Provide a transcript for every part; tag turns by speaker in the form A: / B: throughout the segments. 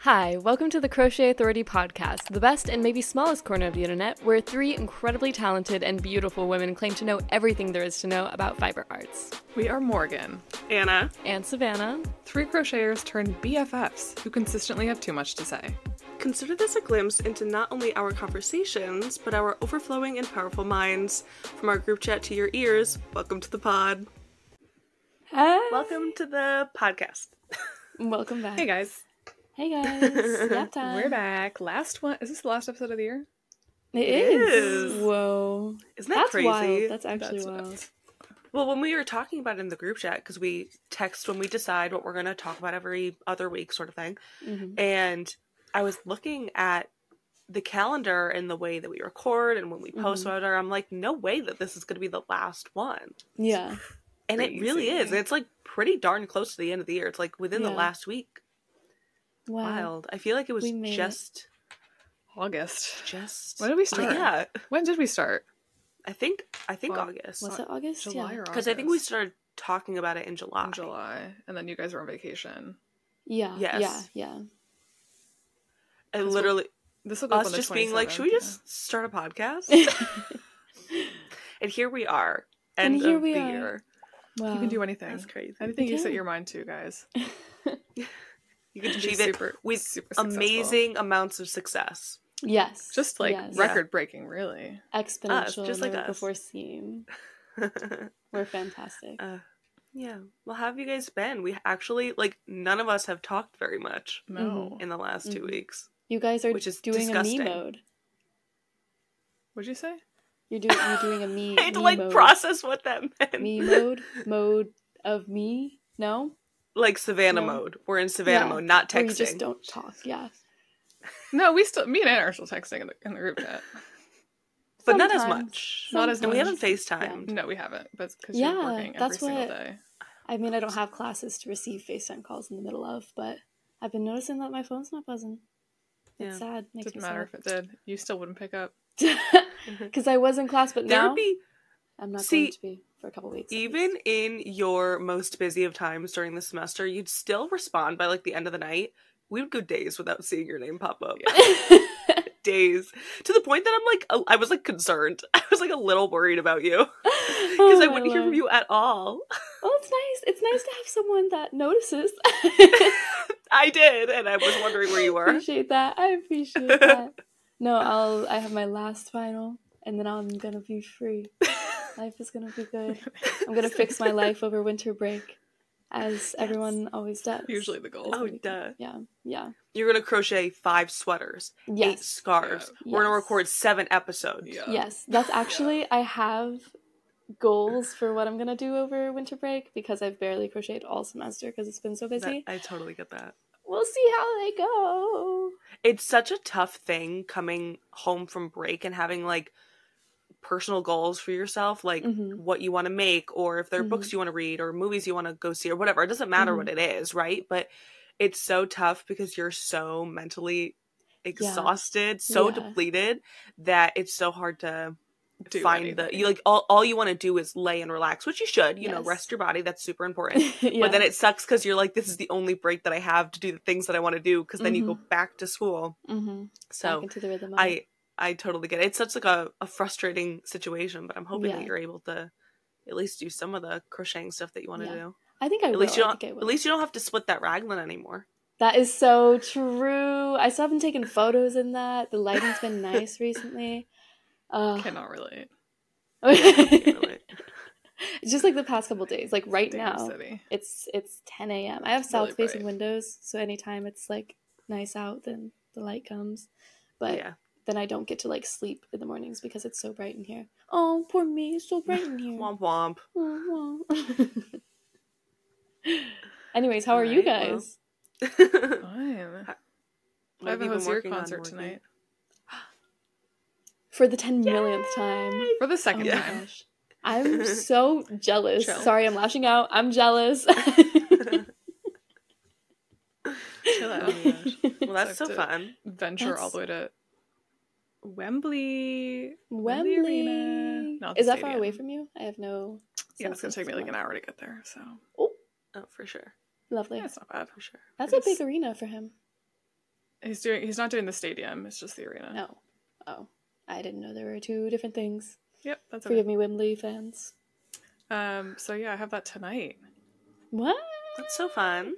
A: Hi, welcome to the Crochet Authority podcast, the best and maybe smallest corner of the internet, where three incredibly talented and beautiful women claim to know everything there is to know about fiber arts.
B: We are Morgan,
C: Anna,
A: And Savannah,
B: three crocheters turned BFFs who consistently have too much to say.
C: consider this a glimpse into not only our conversations, but our overflowing and powerful minds. From our group chat to your ears, welcome to the pod. Welcome to the podcast.
A: welcome back.
B: Hey guys,
A: Hey guys, nap time.
B: we're back. Last one. Is this the last episode of the year?
A: It
C: It
A: is.
C: is.
A: Whoa.
C: Isn't that
A: That's
C: crazy?
A: wild. That's actually
B: That's
A: wild.
B: nuts.
C: well, when we were talking about it in the group chat, because we text when we decide what we're going to talk about every other week, sort of thing,
A: Mhm.
C: and I was looking at the calendar and the way that we record and when we post
A: Mhm.
C: whatever, I'm like, no way that this is going to be the last one.
A: Yeah.
C: And it really
B: Crazy.
C: is. And it's like pretty darn close to the end of the year. It's like within
A: Yeah.
C: the last week.
A: Wow.
C: Wild. I feel like it was
A: We made it.
C: just
B: August.
C: just
B: When did we start?
C: Yeah.
B: When did we start?
C: I think I think
B: Well,
C: August.
A: Was it August?
B: July
A: yeah.
B: or August?
C: Because I think we started talking about it in July.
B: in July, and then you guys were on vacation.
A: Yeah.
C: Yes.
A: Yeah.
C: I
B: That's
C: literally
B: This will go up
C: us
B: on the
C: just being like,
B: 27th,
C: should we
B: yeah.
C: just start a podcast?
A: Yeah.
C: and here we are.
A: And
C: End
A: here
C: of
A: we
C: the
A: are.
C: year.
A: wow.
B: You can do anything.
C: Oh, That's crazy.
B: Anything
A: You
B: you set
A: can.
B: your mind to, guys.
C: You could
B: You can be
C: achieve it
B: super-
C: with
B: super successful.
C: amazing amounts of success.
A: Yes.
B: Just like
A: yes.
B: record breaking, really.
A: exponential
C: just like
A: never
C: us.
A: before seen. We're fantastic.
C: Uh, yeah. Well, how have you guys been? We actually like none of us have talked very much
B: No.
C: in the last two
A: Mhm.
C: weeks.
A: you guys are
C: which is
A: doing a
C: disgusting.
A: me mode.
B: What'd you say?
A: You're doing you're doing a me.
C: I had to
A: me
C: like
A: mode.
C: process what that meant.
A: me mode mode of me. No,
C: Like Savannah
A: No.
C: mode. We're in Savannah
A: Yeah.
C: mode, not
A: Or
C: texting.
A: you just don't talk. Yeah,
B: No, we still, me and Anna are still texting in the, in the group chat.
C: but not as
A: Sometimes.
C: much.
B: Not as
C: And we
B: much.
C: haven't FaceTimed.
B: No, we haven't, but because
A: Yeah,
B: you're working every
A: that's
B: single
A: what-
B: day.
A: I mean, I don't have classes to receive Facetime calls in the middle of, but I've been noticing that my phone's not buzzing. It's
C: Yeah.
A: sad. Makes
B: Didn't matter if it did. You still wouldn't pick up.
A: Because I was in class, but
C: There
A: now
C: would be
A: I'm not
C: Mm-hmm. See,
A: going to be for a couple weeks. at
C: even
A: least.
C: in your most busy of times during the semester, you'd still respond by like the end of the night. We would go days without seeing your name pop up. days. To the point that I'm like, a- I was like concerned. I was like a little worried about you. because
A: Oh,
C: I
A: my
C: wouldn't hear
A: love.
C: from you at all.
A: Oh, it's nice. It's nice to have someone that notices.
C: I did, and I was wondering where you were.
A: appreciate that. I appreciate that. No, I'll. I have my last final, and then I'm gonna be free. Life is gonna be good. I'm gonna fix my life over winter break, as everyone always does.
B: Usually the goal.
A: It's gonna
C: Oh,
A: be good.
C: duh.
A: Yeah, yeah,
C: You're gonna crochet five sweaters, eight
A: yes,
C: scarves.
B: Yeah.
C: We're gonna
A: Yes.
C: record seven episodes.
B: Yeah.
A: yes. That's actually I have goals for what I'm gonna do over winter break because I've barely crocheted all semester because it's been so
C: That-
A: busy.
C: I totally get that.
A: We'll see how they go.
C: It's such a tough thing coming home from break and having like personal goals for yourself, like
A: Mhm.
C: what you want to make, or if there are
A: Mhm.
C: books you want to read, or movies you want to go see, or whatever. It doesn't matter
A: Mhm.
C: what it is, right? But it's so tough because you're so mentally exhausted, so
A: Yeah.
C: depleted that it's so hard to
B: Do
C: find the
B: anything.
C: you like all, all you want to do is lay and relax which you should you know
A: Yes.
C: rest your body that's super important
A: yeah.
C: but then it sucks because you're like this is the only break that i have to do the things that i want to do because then you go back to school
A: mm-hmm. back
C: so
A: into the rhythm. Of it.
C: i i totally get it it's such like a, a frustrating situation but i'm hoping
A: Yeah.
C: that you're able to at least do some of the crocheting stuff that you want to
A: Yeah.
C: do
A: I think I
C: at
A: will.
C: least you
A: I
C: don't
A: think I
C: at
A: will.
C: least you don't have to split that raglan anymore
A: That is so true. I still haven't taken photos in that. The lighting's been nice recently. Uh,
B: Cannot relate.
C: You know
A: it's
C: it.
A: just like the past couple days. Like right
B: Damn
A: now,
B: city.
A: it's it's 10 a.m. I have
B: It's really
A: south facing
B: bright.
A: windows, so anytime it's like nice out, then the light comes. But
C: yeah
A: then I don't get to like sleep in the mornings because it's so bright in here. Oh, poor me, it's so bright in here.
C: womp womp
A: Oh, wow. Anyways, how are you
C: Alright, well.
A: guys?
B: Fine.
C: What
B: I have a
C: you been
B: Hosier
C: working on,
B: concert
C: Morgan?
B: tonight
A: For the ten millionth time.
B: for the second
A: Oh my
B: time.
A: gosh. I'm so jealous.
B: Chill.
A: Sorry, I'm lashing out. I'm jealous.
B: Chill out.
C: Oh my gosh. well that's so
B: Sucked it.
C: fun
B: Venture all
A: That's-
B: the way to Wembley.
A: Wembley.
B: Arena, not the
A: Is that far
B: stadium.
A: away from you? I have no.
B: Yeah, it's gonna
A: sense
B: take me
A: of
B: like an
A: that.
B: hour to get there. So
C: oh for sure
A: Lovely.
B: yeah, it's not bad.
C: for sure
A: That's a big arena for him.
B: He's doing. He's not doing the stadium. It's just the arena.
A: No. Oh, I didn't know there were two different things.
B: Yep, that's okay.
A: Forgive me, Wembley fans.
B: Um. So yeah, I have that tonight.
A: What?
C: That's so fun.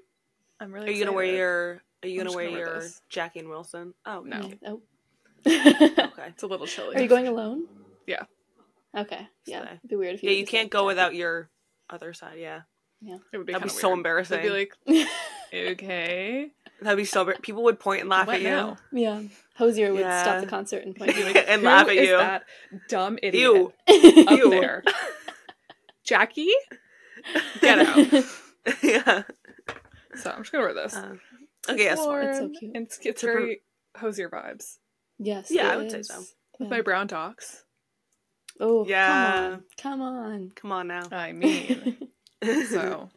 B: I'm really.
C: Are you gonna wear
B: excited.
C: your? Are you
B: I'm
C: gonna
B: just
C: wear
B: gonna wear
C: your
B: this.
C: Jackie and Wilson? Oh no.
A: Oh.
C: Okay.
B: It's a little chilly.
A: Are you going alone?
B: Yeah.
A: Okay. Yeah.
C: Stay.
A: It'd be weird if you.
C: Yeah,
A: were
C: you
A: just,
C: can't
A: like,
C: go
A: Jackie.
C: without your other side. Yeah,
B: It would be,
C: that'd
B: kinda
C: be so
B: weird.
C: embarrassing.
B: They'd be like, okay,
C: that'd be so. embar- People would point and laugh
B: what
C: at you.
B: now?
A: yeah. Hosier would
C: Yeah.
A: stop the concert and point. you
C: and laugh
B: Who
C: at
B: is
C: you.
B: That dumb idiot
C: Ew.
B: up
C: Ew.
B: there. Jackie, get out.
C: yeah.
B: So I'm just gonna wear this.
C: Um, okay. Yes.
B: warm,
A: It's so cute.
B: and It's, it's
C: It's a
B: very hosier vibes.
A: yes.
C: Yeah, I
A: it
C: would say
A: is.
C: so.
B: With
A: Yeah.
B: my brown docs.
A: Oh,
C: Yeah.
A: come on.
C: Come on now.
B: I
A: Come
B: mean,
A: on.
B: Uh, so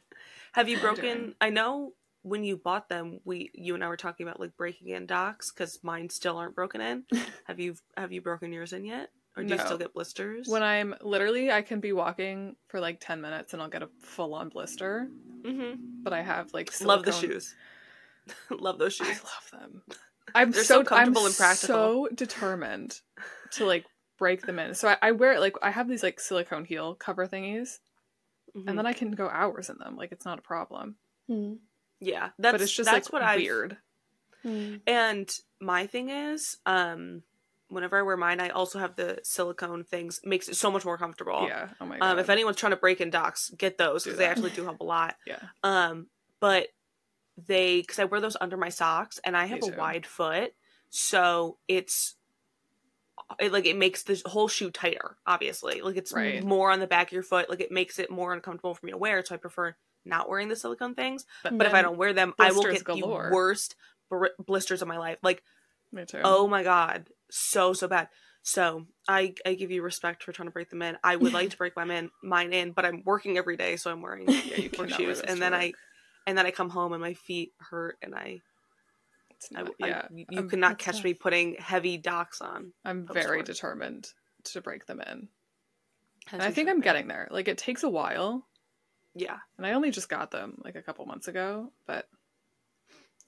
C: Have you
B: I'm doing.
C: broken? I know when you bought them, we you and I were talking about like breaking in docs because mine still aren't broken in. have you have you broken yours in yet, or do you
B: No.
C: still get blisters?
B: when I'm literally, I can be walking for like 10 minutes and I'll get a full on blister.
C: Mhm.
B: But I have like
C: love the
B: silicone-
C: shoes. love those
B: I
C: shoes.
B: love them. I'm
C: They're
B: so,
C: so comfortable
B: I'm
C: and practical.
B: So determined to like break them in. So I, I wear it like I have these like silicone heel cover thingies,
C: Mhm.
B: and then I can go hours in them. Like it's not a problem.
A: Hmm.
C: yeah, that's
B: but it's just
C: that's
B: like
C: what I
B: weird.
A: Hmm.
C: And my thing is, um, whenever I wear mine, I also have the silicone things. Makes it so much more comfortable.
B: Yeah. Oh my god.
C: Um, if anyone's trying to break in docs, get those
B: Do
C: because they
B: that.
C: actually do help a lot.
B: Yeah.
C: Um, but they because I wear those under my socks and I have
B: Me
C: a
B: too.
C: wide foot, so it's it like it makes the whole shoe tighter. Obviously, like it's
B: Right.
C: more on the back of your foot. Like it makes it more uncomfortable for me to wear. So I prefer not wearing the silicone things. But if I
B: then-
C: don't wear them, I will
B: blisters
C: get
B: galore.
C: the worst br- blisters of my life. Like
B: me too.
C: Oh my god, so so bad. So I I give you respect for trying to break them in. I would like to break mine in, mine in, but I'm working every day, so I'm wearing
A: Yeah,
B: you
C: work
B: cannot wear
C: shoes,
B: those
C: and
B: to
C: then I
B: work.
C: and then I come home and my feet hurt, and I,
B: It's
C: I,
B: not-
C: I-
B: yeah.
C: you you
B: Um,
C: cannot
A: That's
C: catch
A: tough.
C: me putting heavy docs on.
B: I'm
C: Of
B: very
C: sorts.
B: determined to break them in.
C: As
B: And I
C: you
B: think
C: should.
B: I'm getting there. Like it takes a while,
C: yeah.
B: and I only just got them like a couple months ago, but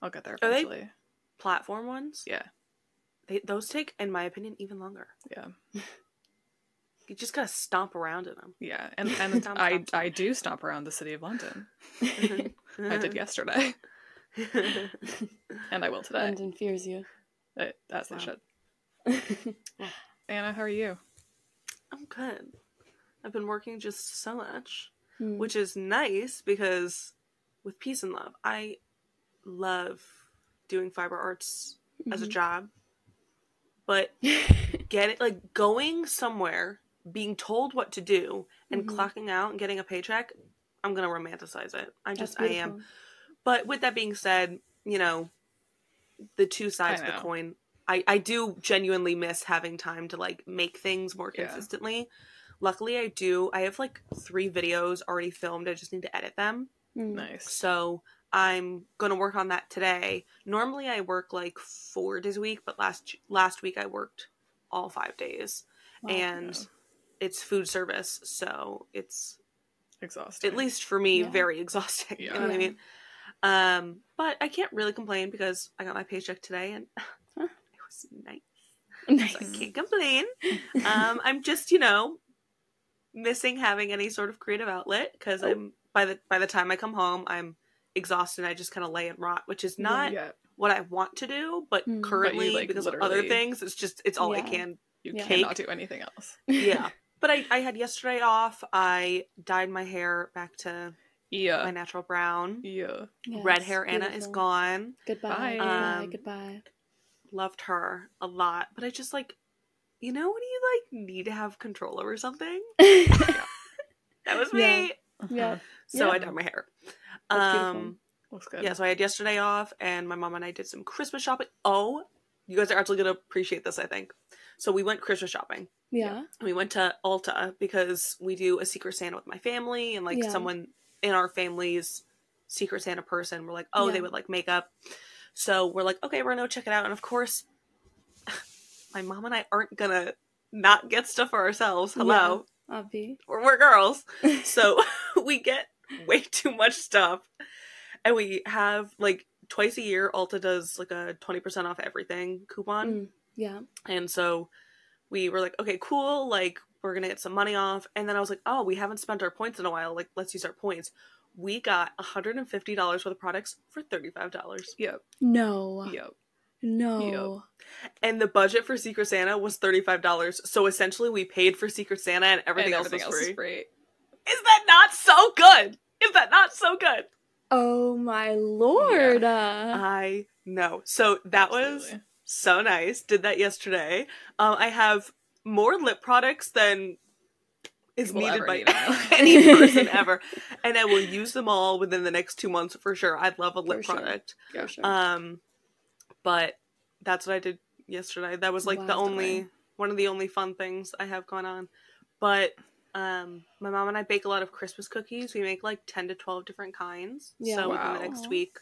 B: I'll get there
C: Are they-
B: eventually.
C: Platform ones,
B: Yeah.
C: they, those take, in my opinion, even longer.
B: Yeah.
C: You just gotta stomp around in them.
B: Yeah, and and
C: Stomp,
B: I
C: stomp,
B: I do stomp around the city of London. I
C: Mm-hmm.
B: did yesterday,
C: yeah.
B: and I will today.
A: London fears you.
B: Uh, That's the
C: Wow.
B: shit. Anna, how are you?
C: I'm good. I've been working just so much.
A: Hmm.
C: which is nice because with peace and love i love doing fiber arts as a
A: Mhm.
C: job but get it like going somewhere being told what to do and
A: Mhm.
C: clocking out and getting a paycheck i'm gonna romanticize it i
A: That's
C: just i am
A: beautiful.
C: but with that being said you know the two sides
B: I
C: of the
B: know.
C: coin I, I do genuinely miss having time to like make things more
B: Yeah.
C: consistently luckily i do i have like three videos already filmed i just need to edit them
A: Hmm.
B: Nice.
C: so I'm gonna work on that today. Normally I work like four days a week, but last last week I worked all five days,
A: Wow.
C: and
B: Oh, yeah.
C: it's food service, so it's
B: Exhausted.
C: at least for me
A: Yeah.
C: very exhausting. You know what I
A: Yeah.
C: mean? Um, but I can't really complain because I got my paycheck today, and it was nice. So I
A: nice.
C: can't complain. Um, I'm just you know missing having any sort of creative outlet because
A: Oh.
C: I'm by the by the time I come home I'm exhausted. and I just kind of lay and rot, which is
A: Yeah.
C: not
B: Yeah,
C: what I want to do. But
A: Mm. But you,
C: currently,
B: like,
C: because of other
B: literally-
C: things, it's just it's all I
A: Yeah.
C: can.
B: you
A: Yeah.
B: cannot do anything else.
C: Yeah. But I, I had yesterday off. I dyed my hair back to my
B: Yeah.
C: natural brown.
B: Yeah.
C: Red
A: Yes,
C: hair Anna is
A: beautiful.
C: gone. Um,
A: Goodbye.
C: Bye.
A: Goodbye. Goodbye.
C: Loved her a lot. But I just like, you know, when you like need to have control over something? That was me.
A: Yeah. Yeah.
B: Mhm.
C: So I
A: Yeah.
C: dyed my hair.
A: That's beautiful.
C: um,
B: Looks good.
C: yeah, so I had yesterday off, and my mom and I did some Christmas shopping. Oh, you guys are actually gonna appreciate this, I think. So we went Christmas shopping.
A: yeah.
C: And We went to Ulta because we do a Secret Santa with my family, and like
A: Yeah.
C: someone in our family's Secret Santa person, we're like, oh, they
A: Yeah.
C: would like makeup. So we're like, okay, we're gonna go check it out. And of course, my mom and I aren't gonna not get stuff for ourselves. Hello,
A: Obvi.
C: we're, we're girls. So we get way too much stuff. And we have like twice a year, Ulta does like a 20% off everything coupon.
A: Mm, yeah.
C: And so we were like, okay, cool. Like, we're going to get some money off. And then I was like, oh, we haven't spent our points in a while. Like, let's use our points. We got $150 worth of products for $35.
B: Yep.
A: No.
B: Yep.
A: No.
C: And the budget for Secret Santa was $35. So essentially, we paid for Secret Santa and everything,
B: and
C: else,
B: everything
C: was free.
B: is free.
C: Is that not so good? Is that not so good?
A: Oh my lord. Uh,
C: I know. So that was
B: Absolutely.
C: so nice. Did that yesterday. Um, I have more lip products than is
B: People
C: needed
B: ever
C: by
B: need in their life.
C: any person ever, and I will use them all within the next two months for sure. I love a lip
A: For sure.
C: product.
A: for sure.
C: Um, but that's what I did yesterday. That was like the
A: Wow.
C: only one of the only fun things I have going on. But um, my mom and I bake a lot of Christmas cookies. We make like ten to twelve different kinds.
A: Yeah.
C: So within the
B: Wow.
C: next
A: Aw.
C: week,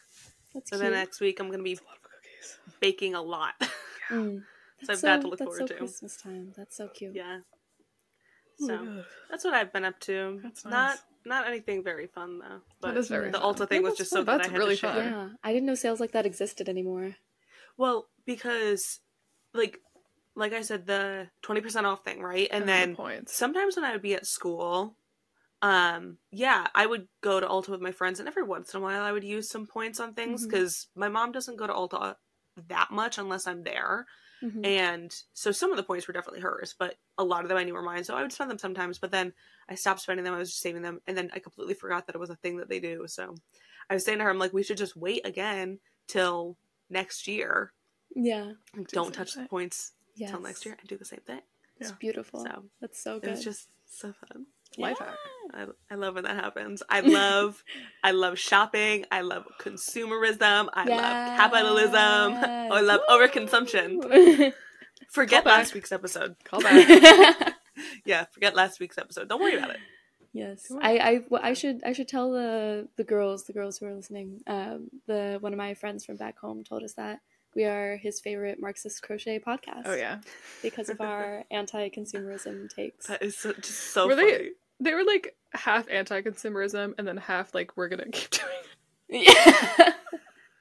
A: That's
C: so
A: cute.
C: then next week I'm gonna be
B: It's a lot of cookies. Oh
C: baking a lot.
A: Mm.
C: So
A: That's
C: I've got to look
A: that's
C: forward
A: so
C: to.
A: Christmas time. That's so cute.
C: yeah.
B: Oh my
C: So
B: God.
C: that's what I've been up to.
B: That's
C: Not
B: nice.
C: not anything very fun though. But
B: that is very
C: the
B: fun.
C: Ulta thing
A: Yeah,
C: was
A: that's
C: just
A: fun.
C: so that I
B: That's
C: had
B: really
C: to share.
B: fun.
A: Yeah, I didn't know sales like that existed anymore.
C: Well, because like like I said, the twenty percent off thing, right? And
B: the
C: then
B: points.
C: sometimes when I would be at school, um, yeah, I would go to Ulta with my friends, and every once in a while I would use some points on things
B: Mm-hmm.
A: Mhm.
C: because my mom doesn't go to Ulta that much unless I'm there.
A: Mhm.
B: Mm-hmm.
C: And so some of the points were definitely hers, but a lot of them I knew were mine. So I would spend them sometimes, but then I stopped spending them. I was just saving them. And then I completely forgot that it was a thing that they do. So I was saying to her, I'm like, we should just wait again till next year.
A: Yeah.
C: Like,
B: the
C: don't
B: same
C: touch
B: thing.
C: the points
A: Yeah.
C: till next year and do the same thing.
A: It's
B: Yeah.
A: beautiful.
C: So
A: That's so
C: it
A: good.
C: was just so fun.
B: Life
A: Yeah.
B: hack.
C: I, I love when that happens. I love I love shopping. I love consumerism. I love capitalism. I
A: Yes.
C: love overconsumption.
A: Woo!
C: Forget
B: Callback.
C: last week's episode.
B: Call back.
C: Yeah, forget last week's episode. Don't worry about it.
A: yes,
B: Come on.
A: I, I, well, I should, I should tell the the girls, the girls who are listening. Um, the one of my friends from back home told us that we are his favorite Marxist crochet podcast.
B: oh yeah.
A: because of our anti-consumerism takes.
C: That is so, just so
B: Were
C: funny.
B: they- They were like half anti-consumerism and then half like we're gonna keep doing. it.
A: Yeah.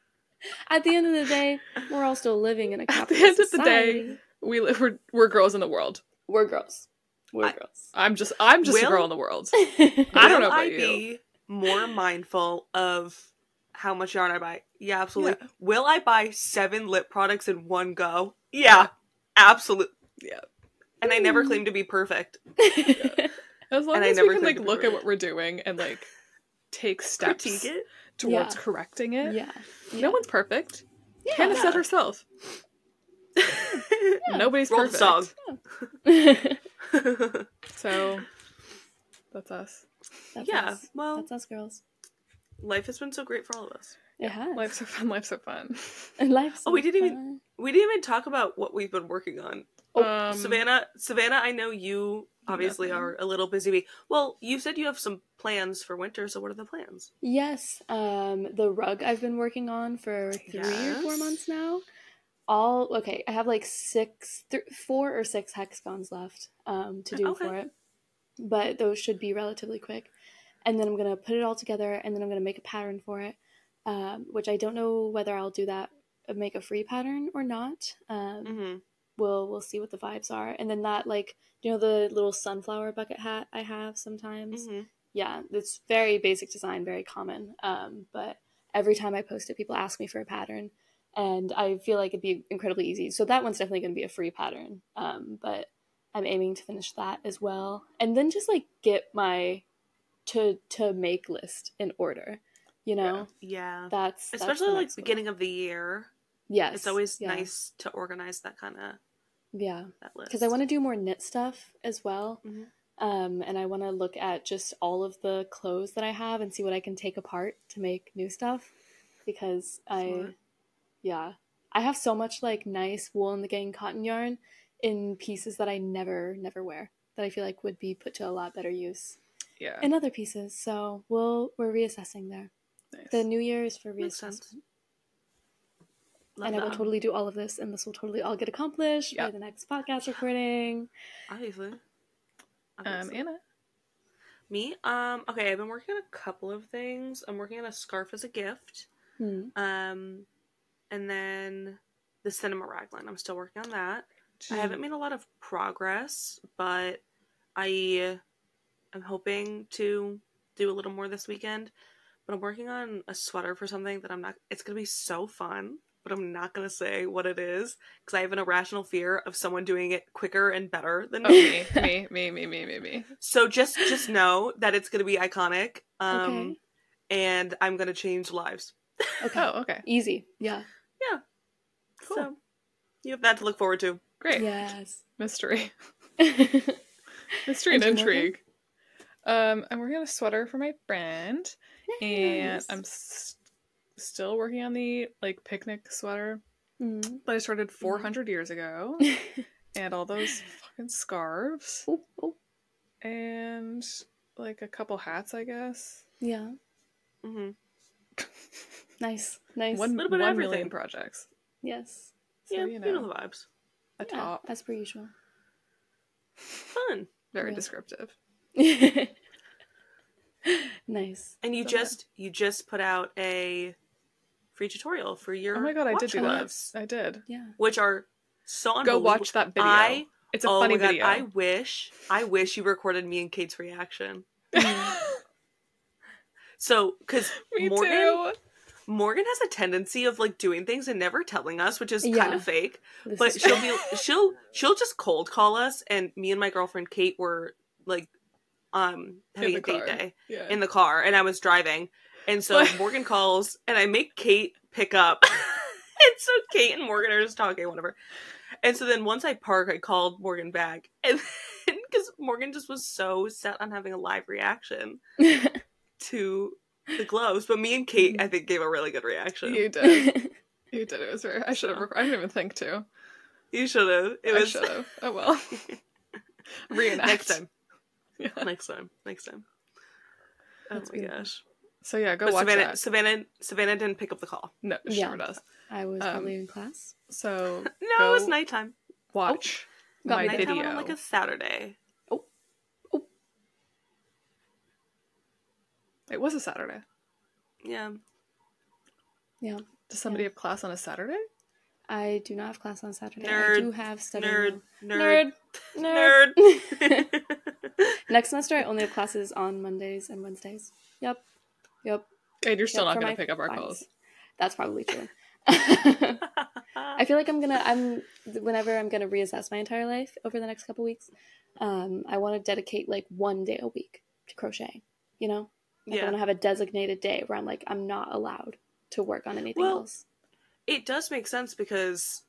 A: At the end of the day, we're all still living in a
B: At the
A: capitalist
B: end of the day-
A: society.
B: We live. We're, we're girls in the world.
A: we're girls. We're
C: I-
A: girls.
B: I'm just. I'm just
C: Will-
B: a girl in the world.
A: I,
B: I don't know
C: Will
B: about
C: I
B: you.
C: be more mindful of how much yarn I buy? Yeah, absolutely.
B: Yeah.
C: Will I buy seven lip products in one go? Yeah, absolutely.
B: Yeah. Hmm.
C: And I never claim to be perfect.
B: As long
C: And I
B: as we
C: never
B: can
C: think
B: like
C: of
B: look at
C: improving.
B: what we're doing and like take steps
C: Critique it.
B: towards
A: Yeah.
B: correcting
A: yeah.
B: it.
A: yeah.
B: No one's perfect.
A: Yeah.
B: Hannah said herself.
A: Yeah.
B: Nobody's
C: Roll the
B: perfect.
C: song.
B: So that's us.
A: That's
C: yeah.
A: us.
C: Well,
A: That's us girls.
C: life has been so great for all of us.
A: It has.
B: Life's so fun. Life's so fun.
A: And life's
C: Oh, we didn't even-
A: fun.
C: We didn't even talk about what we've been working on.
A: Oh,
B: um,
C: Savannah, Savannah, I know you obviously
B: Nothing.
C: are a little busy. bee. Well, you said you have some plans for winter, so what are the plans?
A: Yes, um, the rug I've been working on for three or four
C: Yes.
A: months now. All okay. I have like six, th- four or six hexagons left um, to do
C: Okay.
A: for it, but those should be relatively quick. And then I'm gonna put it all together, and then I'm gonna make a pattern for it, um, which I don't know whether I'll do that, uh, make a free pattern or not. Um,
C: Mm-hmm.
A: we'll we'll see what the vibes are, and then that like you know the little sunflower bucket hat I have sometimes
C: hmm
A: yeah, it's very basic design, very common. Um, but every time I post it, people ask me for a pattern, and I feel like it'd be incredibly easy. So that one's definitely going to be a free pattern. Um, but I'm aiming to finish that as well, and then just like get my to to make list in order. You know,
C: Yeah.
A: that's that's the
C: Especially like
A: next one.
C: beginning of the year.
A: Yes,
C: It's always
A: yeah,
C: nice to organize that kind of
A: Yeah,
C: that list.
A: because I want to do more knit stuff as well.
C: Mhm.
A: Um, and I want to look at just all of the clothes that I have and see what I can take apart to make new stuff. Because I,
C: Smart.
A: yeah, I have so much like nice wool in the gang cotton yarn in pieces that I never, never wear that I feel like would be put to a lot better use
B: yeah.
A: in other pieces. So we'll, we're reassessing there.
B: nice.
A: The new year is for
C: Makes sense.
A: reassessment.
C: Love
A: and I will
C: that.
A: totally do all of this and this will totally all get accomplished by
B: Yep.
A: the next podcast recording.
C: obviously.
B: um,
C: Obviously. Um,
B: Anna.
C: Me? Um, okay, I've been working on a couple of things. I'm working on a scarf as a gift.
A: Hmm.
C: Um, and then the cinema raglan. I'm still working on that. I
A: Mm.
C: haven't made a lot of progress, but I am hoping to do a little more this weekend. But I'm working on a sweater for something that I'm not. It's gonna be so fun, but I'm not gonna say what it is because I have an irrational fear of someone doing it quicker and better than
B: Oh,
C: me.
B: me, me, me, me, me, me, me.
C: So just just know that it's gonna be iconic. Um,
A: Okay.
C: and I'm gonna change lives.
A: Okay.
B: Oh, okay.
A: Easy. Yeah.
B: Cool.
C: So you have that to look forward to.
B: Great.
A: Yes.
B: Mystery.
A: Nice.
B: Mystery and
A: Are you working?
B: intrigue. Um, I'm working on a sweater for my brand, and I'm s- still working on the like picnic sweater
A: Mm.
B: that I
C: Mm-hmm.
B: started 400 years ago, and all those fucking scarves,
A: Ooh, ooh.
B: and like a couple hats, I guess.
A: Yeah.
C: hmm
A: Nice. Nice.
B: One,
C: Little bit of
B: one million
C: everything.
B: projects.
A: Yes.
B: So,
C: yeah,
B: you know,
C: the vibes.
B: a
A: Yeah,
B: top.
A: as per usual.
C: Fun.
B: Very
A: Yeah.
B: descriptive.
A: nice.
C: And you
B: Love it.
C: just you just put out a free tutorial for your
B: Oh my god, I did
C: watch
B: do that.
C: alongs,
B: I did.
A: Yeah.
C: which are so
B: Go
C: unbelievable.
B: watch that video.
C: I
B: it's a
C: oh
B: funny
C: my god,
B: video.
C: I wish I wish you recorded me and Kate's reaction. So because
B: Me
C: Morgan
B: too.
C: Morgan has a tendency of like doing things and never telling us, which is kind
A: Yeah.
C: of fake.
A: This
C: but
A: is-
C: she'll be she'll she'll just cold call us and me and my girlfriend kate were like um having
B: the
C: a
B: car.
C: date day
B: Yeah.
C: in the car and i was driving and so
B: What?
C: morgan calls and i make kate pick up and so kate and morgan are just talking whatever and so then once i park i called morgan back and because morgan just was so set on having a live reaction to the gloves but me and kate i think gave a really good reaction
B: Mm-hmm. you did. You did. It was very. I should have. I didn't even think to.
C: you should have it
B: I
C: was
B: should have. Oh well. Reenact.
C: next time
B: Yeah.
C: next time. Next time. Oh
A: That's
C: my
A: beautiful.
C: gosh.
B: So yeah, go
C: but
B: watch
C: Savannah,
B: that.
C: Savannah, Savannah didn't pick up the call.
B: No, it
A: Yeah.
B: sure does.
A: I was
B: Um,
A: probably in class.
B: So
C: No,
B: Go-
C: it was nighttime.
B: watch
A: got
B: my
A: my
C: nighttime
B: video.
C: on like a Saturday.
B: It was a Saturday.
C: Yeah.
B: Does somebody have class on a Saturday?
A: I do not have class on Saturday. I
C: Nerd.
A: do have study.
C: Nerd,
A: Nerd.
C: nerd,
A: Nerd.
C: nerd.
A: Next semester, I only have classes on Mondays and Wednesdays. Yep. Yep.
B: And you're still
A: Yep,
B: not
A: for
B: going
A: my
B: to pick up our
A: finals.
B: calls.
A: That's probably true. I feel like I'm gonna. I'm whenever I'm gonna reassess my entire life over the next couple weeks. Um, I want to dedicate like one day a week to crocheting. You know, like I
C: yeah.
A: want to have a designated day where I'm like I'm not allowed to work on anything
C: Well,
A: else.
C: It does make sense because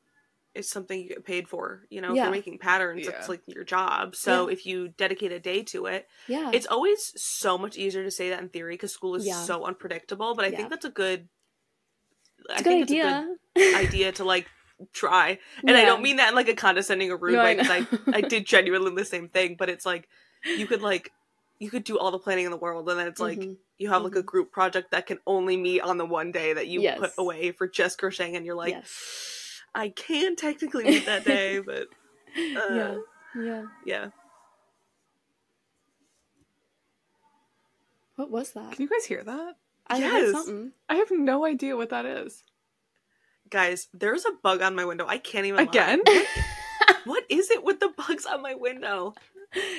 C: it's something you get paid for. You know, if
A: Yeah.
C: you're making patterns,
B: Yeah.
C: it's like your job. So if you dedicate a day to it,
A: Yeah.
C: it's always so much easier to say that in theory because school is
A: Yeah.
C: so unpredictable. But I
A: Yeah.
C: think that's a good.
A: It's
C: I
A: a good
C: think it's
A: idea.
C: a good idea to like try. And I don't mean that in like a condescending or rude way because I, I did genuinely the same thing, but it's like you could like you could do all the planning in the world and then it's like
A: Mm-hmm.
C: you have like a group project that can only meet on the one day that you put
A: Yes.
C: away for just crocheting and you're like I can technically meet that day, but uh, yeah.
A: yeah, yeah. What was that?
B: Can you guys hear that?
A: I heard
C: Yes.
A: something.
B: I have no idea what that is.
C: Guys, there's a bug on my window. I can't even lie.
B: Again?
C: What is it with the bugs on my window?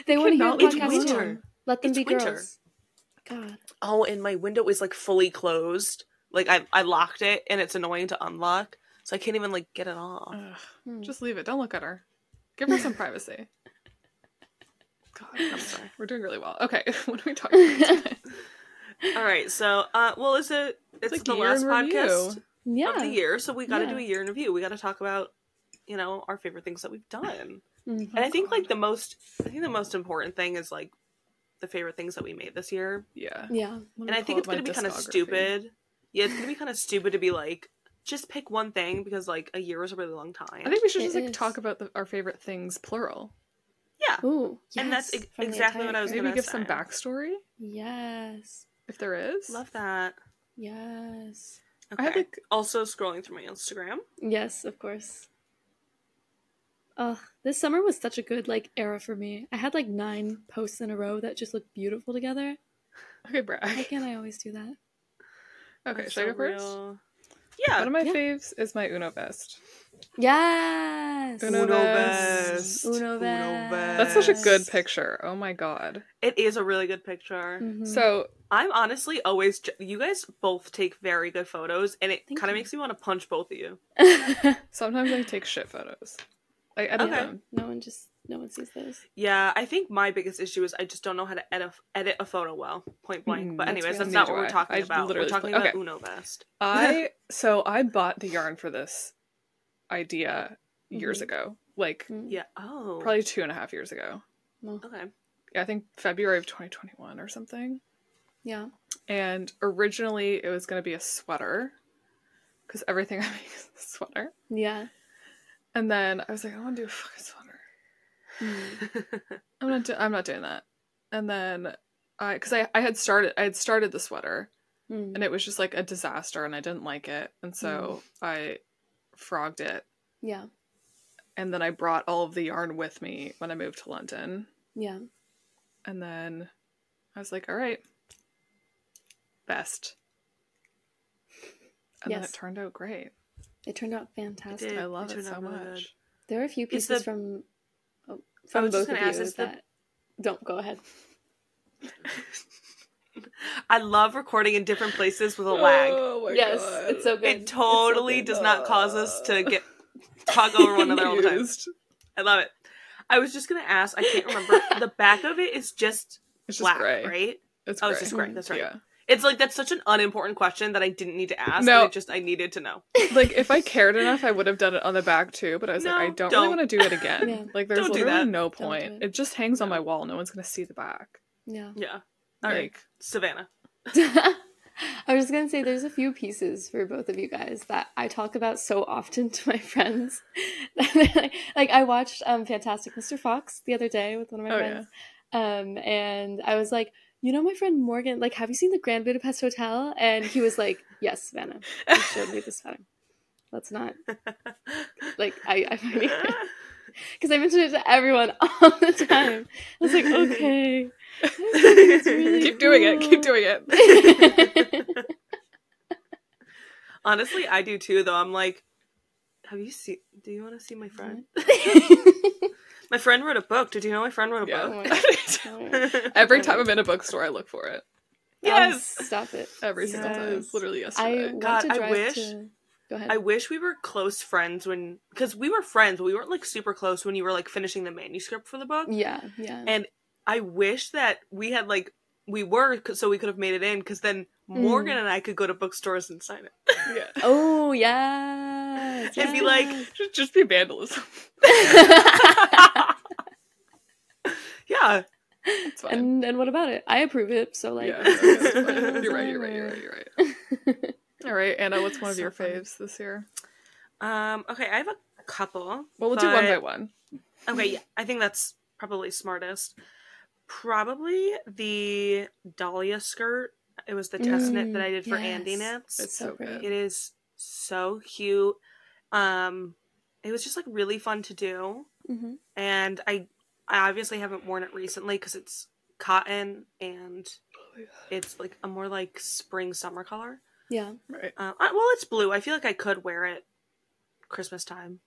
A: They want to hear
B: cannot-
A: the
C: it's
A: podcast
C: winter.
A: too. Let them
C: It's
A: be
C: winter.
A: girls. God.
C: Oh, and my window is like fully closed. Like I I locked it and it's annoying to unlock. So I can't even like get it off.
B: Ugh.
A: Hmm.
B: Just leave it. Don't look at her. Give her some privacy. God, I'm sorry. We're doing really well. Okay, what are we talking about? today?
C: All right, so uh, well, is it? It's
B: like
C: the
B: year
C: last
B: in
C: podcast
B: review.
A: yeah.
C: of the year, so we got to
A: Yeah.
C: do a year in review. We got to talk about, you know, our favorite things that we've done.
A: Mhm.
C: and I think
B: God.
C: like the most, I think the most important thing is like the favorite things that we made this year.
B: Yeah.
A: Yeah.
C: And I think it's gonna be kind of stupid. Yeah, it's gonna be kind of stupid to be like just pick one thing because like a year is a really long time.
B: I think we should
A: It
B: just like
A: is.
B: talk about the, our favorite things plural.
A: Ooh.
C: And that's
A: yes,
C: ex-
A: from the
C: exactly what
A: entire
C: I was
A: group.
B: Maybe
C: gonna
B: give some
C: say.
B: backstory
A: Yes.
B: if there is.
C: love that.
A: Yes.
B: I
C: Okay.
B: had like
C: also scrolling through my Instagram.
A: Yes, of course. Ugh, this summer was such a good like era for me. I had like nine posts in a row that just looked beautiful together.
B: okay,
A: Why
B: brag.
A: can't I always do that?
B: Okay,
C: That's
B: should I
C: so
B: go first?
C: real. Yeah.
B: One of my
A: Yeah.
B: faves is my Uno vest.
A: Yes.
B: Uno
A: vest. Uno vest.
B: That's such a good
A: Yes.
B: picture. Oh my god.
C: It is a really good picture.
B: Mm.
A: Mhm.
B: So
C: I'm honestly always. j- You guys both take very good photos, and it
A: Thank
C: kind of
A: you.
C: makes me want to punch both of you.
B: sometimes I take shit photos. I edit
C: Okay.
B: them.
A: no one just no one sees those.
C: Yeah, I think my biggest issue is I just don't know how to edit edit a photo well, point blank.
B: Mm,
C: but
B: that's
C: anyways,
B: real.
C: that's not
B: Neither
C: what
B: do I.
C: we're
B: I
C: talking about. We're
B: literally
C: talking
B: just-
C: about
B: okay.
C: Uno vest.
B: I so I bought the yarn for this idea years
A: Mhm.
B: ago. Like
A: Mm.
C: Yeah. Oh.
B: probably two and a half years ago.
A: Well,
C: Okay.
B: Yeah, I think February of 2021 or something.
A: yeah.
B: And originally it was going to be a sweater because everything I make is a sweater.
A: Yeah.
B: And then I was like, I want to do a fucking sweater.
A: Mm.
B: I'm not. Do- I'm not doing that. And then I, because I, I had started, I had started the sweater,
A: Mm.
B: and it was just like a disaster, and I didn't like it, and
C: Mm.
B: so I frogged it,
A: Yeah.
B: and then I brought all of the yarn with me when I moved to London,
A: Yeah.
B: and then I was like, all right, best. And then
A: Yes.
B: it turned out great.
A: It turned out fantastic.
C: It-
B: I love
C: it
B: it,
C: turned
B: so
C: out really
B: much.
C: good.
A: There are a few
C: It's
A: pieces
C: the-
A: from oh, from
C: was
A: both
C: just
A: of
C: gonna ask,
A: you
C: it's the-
A: that don't go ahead.
C: I love recording in different places with a lag.
B: Oh my
A: yes,
B: God.
A: it's so good.
C: It totally
A: It's so
C: does not cause us to get talk
B: Confused.
C: over one another all the time. I love it. I was just gonna ask. I can't remember. the back of it is just
B: It's just
C: black,
B: gray.
C: right?
B: It's
C: Oh,
B: gray.
C: it's just gray. That's right.
B: Yeah.
C: It's like that's such an unimportant question that I didn't need to ask.
B: No.
C: but it just I needed to know.
B: like if I cared enough, I would have done it on the back too. But I was like, I
C: No,
B: don't,
C: don't.
B: really want to do it again.
A: Yeah.
B: Like there's
C: Don't do
B: literally
C: that.
B: no
A: do
B: point.
A: it.
B: it. just hangs on
C: No.
B: my wall. No one's gonna see the back.
A: Yeah.
C: Yeah. All
B: Like
C: right, Savannah.
A: I was just gonna say there's a few pieces for both of you guys that I talk about so often to my friends. like, I watched um, Fantastic Mr. Fox the other day with one of my
B: Oh,
A: friends, um, and I was like, you know, my friend Morgan, like, have you seen the Grand Budapest Hotel? And he was like, yes, Savannah, you showed me this photo. Let's not like I, I find it because I mentioned it to everyone all the time. I was like, okay, It's really
B: keep doing it. Keep
A: cool.
B: doing it.
C: Honestly, I do too. Though I'm like, have you seen? Do you want to see
B: Mm-hmm.
C: my friend? My friend wrote a book. Did you know my friend wrote a
B: Yeah.
A: Oh my
C: book?
B: Every time I'm in a bookstore, I look for it.
C: Yes.
A: Oh, stop it.
B: Every single time.
C: Yes.
B: Literally
A: I
B: yesterday.
A: want
C: God,
A: to
C: I
A: drive
C: wish-
A: to. Go ahead.
C: I wish we were close friends when, because we were friends, but we weren't like super close when you were like finishing the manuscript for the book.
B: Mm.
A: yeah, yeah.
C: And I wish that we had like we were c- so we could have made it in, because then
A: Mm.
C: Morgan and I could go to bookstores and sign it.
B: yeah.
A: oh yeah.
C: It'd be like-
B: Just, just be vandalism.
C: yeah,
B: It's fine.
A: and and what about it? I approve it. So like.
B: yeah,
A: Yeah.
B: okay, it's fine. you're right. You're right. You're right. You're right. All right, Anna. What's one of
C: So
B: your
C: funny.
B: faves this year?
C: Um, okay, I have a couple.
B: Well, we'll do one
C: but-
B: by one.
C: Okay, yeah, I think that's probably smartest. Probably the Dahlia skirt. It was the test knit that I did for Andy
A: yes.
C: Knits.
B: It's so,
A: So great.
B: good.
C: It is so cute. Um, it was just like really fun to do,
A: hmm
C: and I, I obviously haven't worn it recently because it's cotton and it's like a more like spring summer color.
A: Yeah.
B: Right.
C: Uh, I- well, it's blue. I feel like I could wear it Christmas time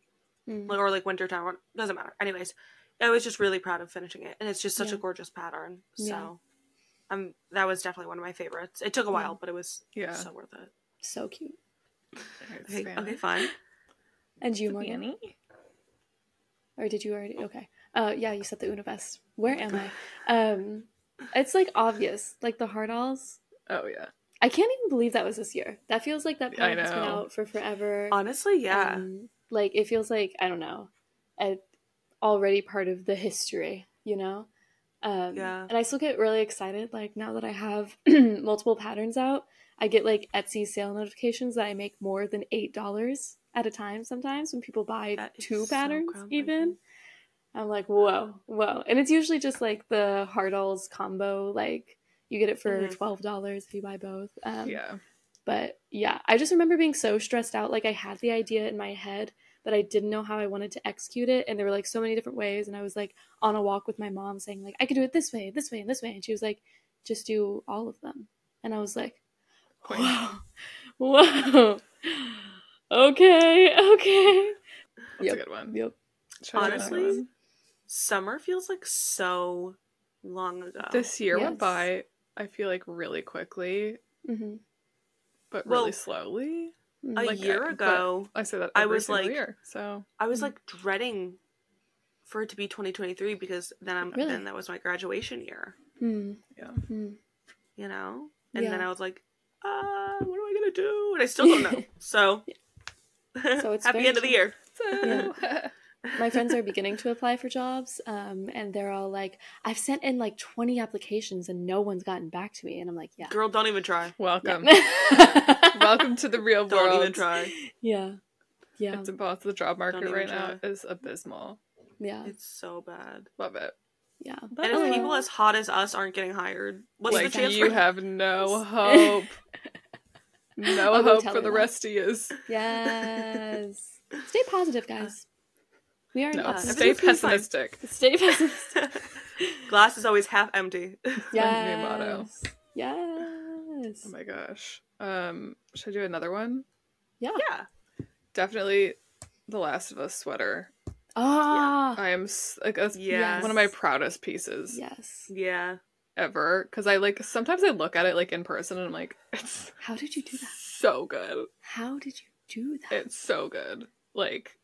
A: Mm.
C: like- or like winter time or- doesn't matter anyways i was just really proud of finishing it and it's just such
A: Yeah.
C: a gorgeous pattern so
A: Yeah.
C: um that was definitely one of my favorites it took a
A: Yeah.
C: while but it was
B: Yeah.
C: so worth it
A: So cute.
C: okay, okay fine
A: And you, Morgan, or did you already? Okay. Uh, yeah, you said the Univest. Where am I? Um, it's like obvious, like the Hardalls.
B: Oh yeah.
A: I can't even believe that was this year. That feels like that
B: I
A: pattern has been
B: know.
A: out for forever.
C: honestly Oh, yeah
A: Um, like it feels like I don't know, a, already part of the history, you know. Um,
C: Yeah.
A: And I still get really excited. Like now that I have multiple patterns out, I get like Etsy sale notifications that I make more than eight dollars at a time. Sometimes when people buy
C: That is
A: two
C: so
A: patterns,
C: groundbreaking.
A: even. I'm like, whoa, whoa. And it's usually just like the Hardalls combo. Like you get it for
C: Mhm.
A: $12 if you buy both. Um,
B: Mm-hmm. yeah.
A: but yeah, I just remember being so stressed out. Like I had the idea in my head, but I didn't know how I wanted to execute it. And there were like so many different ways. And I was like on a walk with my mom saying, like, I could do it this way, this way, and this way. And she was like, just do all of them. And I was like,
B: Point.
A: whoa, whoa. okay, okay.
B: That's
A: Yep.
B: a good one.
A: Yep.
B: Should I do another
C: Honestly,
B: one?
C: Summer feels like so long ago.
B: this year went
A: Uh, Yes.
B: by. I feel like really quickly,
A: Mm-hmm.
B: but
C: Well,
B: really slowly.
C: a
B: like,
C: year
B: uh,
C: ago,
B: I say that
C: I
B: every
C: was
B: single
C: like-
B: year. So
C: I was
A: Mm.
C: like dreading for it to be 2023 because then I'm
A: Really?
C: then that was my graduation year,
A: Mm,
B: yeah,
A: mm.
C: you know. And then
A: Yeah.
C: I was like, uh, what am I gonna do? And I still don't know. So,
A: it's
C: happy
A: very
C: end of the year.
B: so
A: My friends are beginning to apply for jobs, um, and they're all like, "I've sent in like twenty applications, and no one's gotten back to me." And I'm like, "Yeah,
C: Girl, don't even try.
A: yeah.
B: welcome, welcome to the real
C: Don't
B: world.
C: even try.
A: yeah, yeah,
B: It's about the job market
C: even
B: right now
C: try.
B: is abysmal.
A: yeah,
C: It's so bad.
B: Love it.
A: yeah."
B: Love
C: And if
A: Oh,
B: it.
C: people
A: well.
C: as hot as us aren't getting hired, what's
B: like
C: the chance
B: you
C: for
B: have no hope, no
A: I'll go
B: hope
A: tell
B: for
A: her
B: the
A: that.
B: rest of yous.
A: Yes. Stay positive, guys. We are an
B: No,
C: Yeah,
A: optimist.
B: stay
C: everything's gonna be fine.
B: pessimistic.
A: Stay positive.
C: Glass is always half empty.
B: my new motto.
A: Yes. Yes.
B: Oh my gosh. Um, should I do another one?
C: yeah.
B: Definitely, The Last of Us sweater.
A: Ah.
B: I am s- like that's
C: Yeah.
B: Oh one of my proudest pieces
A: Yes.
C: Yeah.
B: ever because I like sometimes I look at it like in person and I'm like it's
A: How did you do that?
B: so good.
A: How did you do that?
B: It's so good. Like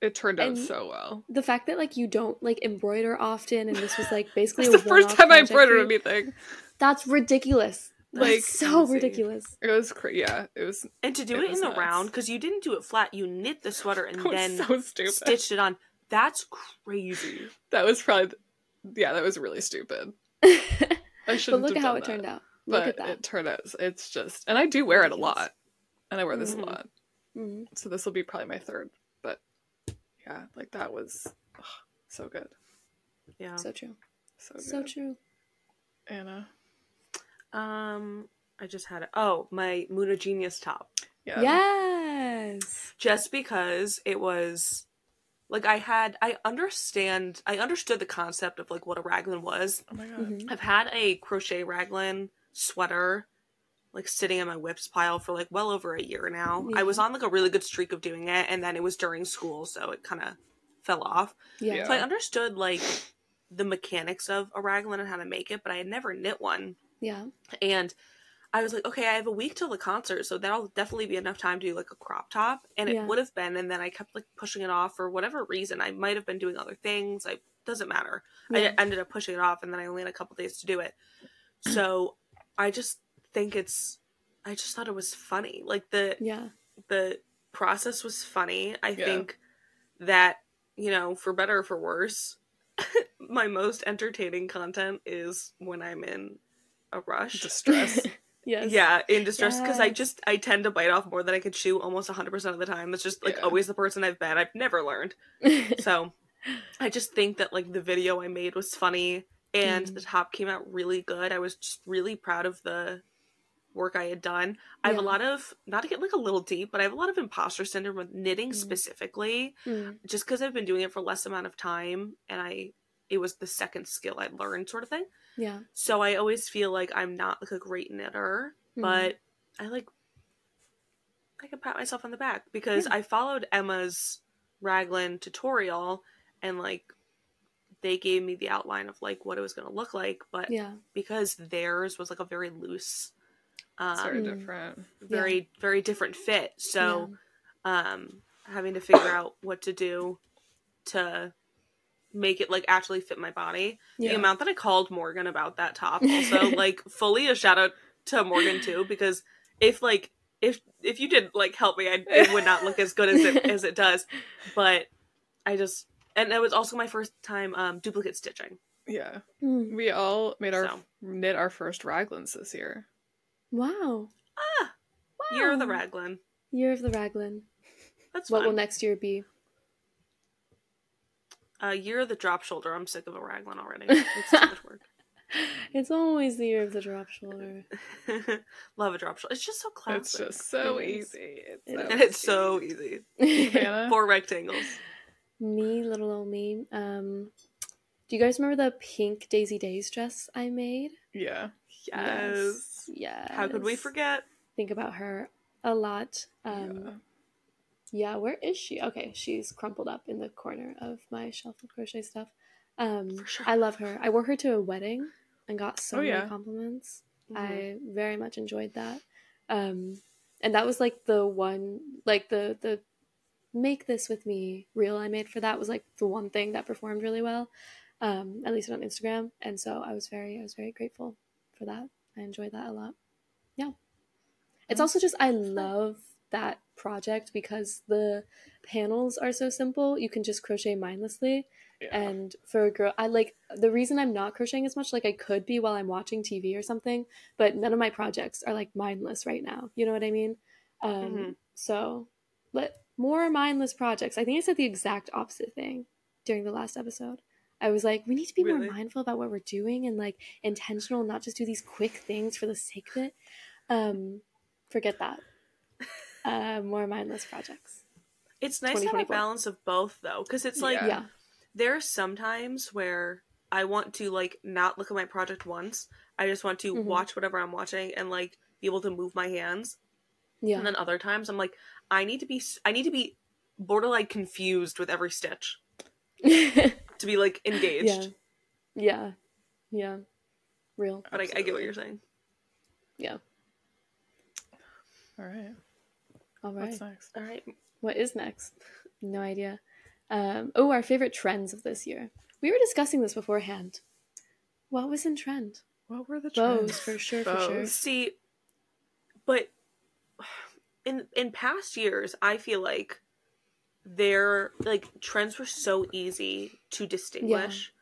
B: it turned out
A: And-
B: so well.
A: the fact that like you don't like embroider often, and this was like basically
B: It's
A: a
B: the first
A: one-off
B: time I
A: project for you,
B: embroidered anything.
A: That's ridiculous.
B: Like-
A: Like so
C: Crazy.
A: ridiculous.
B: It was cra- yeah. It was,
C: And to do
B: It
C: it,
B: was
C: in the
B: nuts.
C: round, because you didn't do it flat, you knit the sweater and
B: that was
C: then
B: so stupid.
C: stitched it on. That's crazy.
B: That was probably th- yeah. That was really stupid. I
A: but
B: shouldn't.
A: look
B: have
A: at how
B: done
A: it turned
B: that.
A: out. Look
B: But
A: at that.
B: it turned out it's just and I do wear it a
A: Ridiculous.
B: lot, and I wear this
A: Mm-hmm.
C: Mhm.
B: a lot.
A: Mhm.
B: So this will be probably my third. But yeah, like that was ugh, so good.
C: Yeah.
A: So true.
B: So good.
A: So true.
B: Anna.
C: Um, I just had it. Oh, my Muna Genius top.
B: Yeah.
A: Yes.
C: Just because it was, like, I had, I understand, I understood the concept of like what a raglan was.
B: Oh my god.
A: Mhm.
C: I've had a crochet raglan sweater, like, sitting in my whips pile for like well over a year now. I was
A: Yeah.
C: on like a really good streak of doing it, and then it was during school, so it kind of fell off.
A: Yeah.
B: Yeah.
C: So I understood like the mechanics of a raglan and how to make it, but I had never knit one.
A: Yeah.
C: And I was like, okay, I have a week till the concert, so that'll definitely be enough time to do like a crop top. And
A: Yeah.
C: it would have been, and then I kept like pushing it off for whatever reason. I might have been doing other things. I doesn't matter.
A: Yeah.
C: I ended up pushing it off, and then I only had a couple days to do it. So I just think it's. I just thought it was funny. Like the
A: Yeah.
C: the process was funny. I
B: Yeah.
C: think that, you know, for better or for worse, my most entertaining content is when I'm in a rush.
B: Distress.
A: yes.
C: Yeah, in distress because I
A: Yes.
C: just I tend to bite off more than I can chew almost 100% of the time. That's just like
B: Yeah.
C: always the person I've been. I've never learned. So, I just think that like the video I made was funny and
A: Mm.
C: the top came out really good. I was just really proud of the work I had done. I have a
A: Yeah.
C: lot of not to get like a little deep, but I have a lot of imposter syndrome with knitting
A: Mm.
C: specifically
A: Mm.
C: just cuz I've been doing it for less amount of time and I it was the second skill I learned sort of thing.
A: Yeah.
C: So I always feel like I'm not like a great knitter,
A: Mhm.
C: but I like I can pat myself on the back because
A: Yeah.
C: I followed Emma's raglan tutorial and like they gave me the outline of like what it was going to look like, but
A: yeah.
C: because theirs was like a very loose
B: It's very
C: um,
A: Mm.
B: different.
C: very very different fit. So um having to figure out what to do to make it like actually fit my body
A: yeah.
C: the amount that I called Morgan about that top also like fully a shout out to Morgan too because if like if if you did like help me I it would not look as good as it as it does but I just and it was also my first time um duplicate stitching
B: Yeah.
A: Mm.
B: We all made our
C: So.
B: knit our first raglans this year.
A: Wow.
C: ah year of the
A: Wow.
C: raglan
A: Year of the Raglan.
C: that's
A: What
C: fun
A: will next year be?
C: uh year of the drop shoulder I'm sick of a raglan already it's too much work
A: It's always the year of the drop shoulder.
C: love a drop shoulder it's just so classic
B: It's just so
A: It is.
B: easy. It's
A: It
B: so
A: is.
C: and it's so easy
B: Anna?
C: four rectangles
A: me, little old me. Um, do you guys remember the pink Daisy Days dress I made?
B: yeah.
C: yes
A: Yes.
C: how could we forget
A: Think about her a lot. Um, yeah. where is she? Okay, she's crumpled up in the corner of my shelf of crochet stuff. Um,
C: For sure.
A: I love her. I wore her to a wedding and got so
B: Oh,
A: many
B: yeah.
A: compliments.
C: Mhm.
A: I very much enjoyed that. Um, and that was like the one, like the the make this with me reel I made for that was like the one thing that performed really well, um, at least on Instagram. And so I was very, I was very grateful for that. I enjoyed that a lot. Yeah, it's also just I love that project because the panels are so simple. You can just crochet mindlessly.
B: Yeah.
A: And for a girl, I like the reason I'm not crocheting as much, like I could be while I'm watching TV or something, but none of my projects are like mindless right now. You know what I mean? Um,
C: Mhm.
A: So, but more mindless projects. I think I said the exact opposite thing during the last episode. I was like, we need to be
C: Really?
A: more mindful about what we're doing and like intentional, not just do these quick things for the sake of it. Um, forget that. Uh, more mindless projects.
C: It's nice to have a
A: 2024.
C: balance of both though, because it's like
B: Yeah.
A: Yeah.
C: there are some times where I want to like not look at my project once. I just want to
A: Mhm.
C: watch whatever I'm watching and like be able to move my hands.
A: Yeah.
C: And then other times I'm like, I need to be, s- I need to be borderline confused with every stitch to be like engaged.
A: yeah. Yeah. Yeah. Real.
C: But I, I get what
B: Absolutely.
C: you're saying.
B: All right.
A: All right.
B: What's next?
C: All right.
A: What is next? No idea. Um, oh, our favorite trends of this year. We were discussing this beforehand. What was in trend?
B: What were the
A: Bows,
B: trends?
A: for sure, for sure.
B: Bows.
C: See, but in in past years, I feel like their like trends were so easy to distinguish.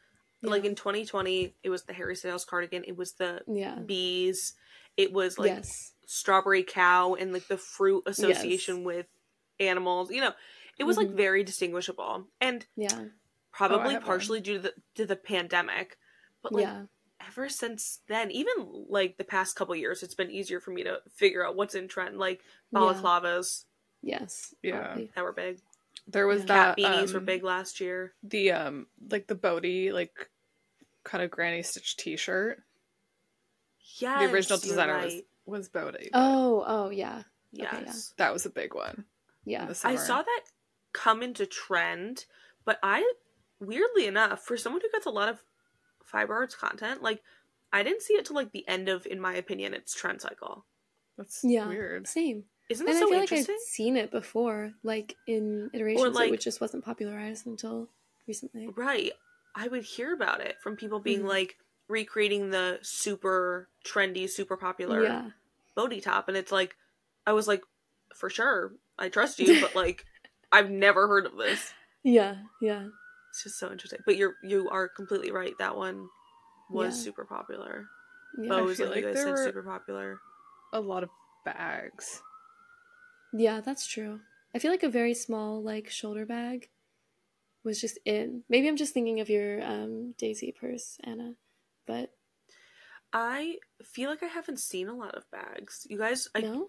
A: Yeah.
C: Like in 2020, it was the Harry Styles cardigan. It was the
A: Yeah.
C: bees. It was like
A: yes.
C: strawberry cow and like the fruit association with animals. You know, it was
A: Mhm.
C: like very distinguishable and
A: Yeah.
C: probably
B: have one.
C: partially due to the to the pandemic. But like
A: yeah.
C: ever since then, even like the past couple years, it's been easier for me to figure out what's in trend. Like
A: Yeah.
C: balaclavas
A: Yes.
B: Yeah.
A: probably.
C: that were big,
B: There was
A: Yeah.
B: that.
C: cat beanies were
B: um,
C: big last year.
B: The um, like the Bodhi, like kind of granny stitch T-shirt.
C: Yes,
B: the original
C: you're
B: designer
C: right.
B: was was Bodhi. but
A: Oh, oh, yeah. yeah.
C: yes.
B: that was a big one. in
A: Yeah.
B: the
C: I
B: summer.
C: saw that come into trend, but I weirdly enough, for someone who gets a lot of fiber arts content, like I didn't see it till like the end of, in my opinion, its trend cycle.
B: That's
A: Yeah.
B: weird.
A: Same.
C: Isn't
A: And
C: that
A: I
C: so
A: feel like I've
C: interesting?
A: seen it before, like in iterations,
C: like-
A: which just wasn't popularized until recently.
C: Right. I would hear about it from people being
A: Mhm.
C: like recreating the super trendy, super popular
A: Yeah.
C: Bodhi top, and it's like I was like, for sure, I trust you, but like I've never heard of this.
A: Yeah. Yeah.
C: It's just so interesting. But you're you are completely right. That one was
A: Yeah.
C: super popular.
A: Yeah.
B: I
C: Bows,
B: feel
C: like you
B: like
C: guys
B: there
C: said,
B: were-
C: super popular.
B: A lot of bags.
A: Yeah, that's true. I feel like a very small like shoulder bag was just in. Maybe I'm just thinking of your um Daisy purse, Anna. But
C: I feel like I haven't seen a lot of bags. You guys, I,
A: no.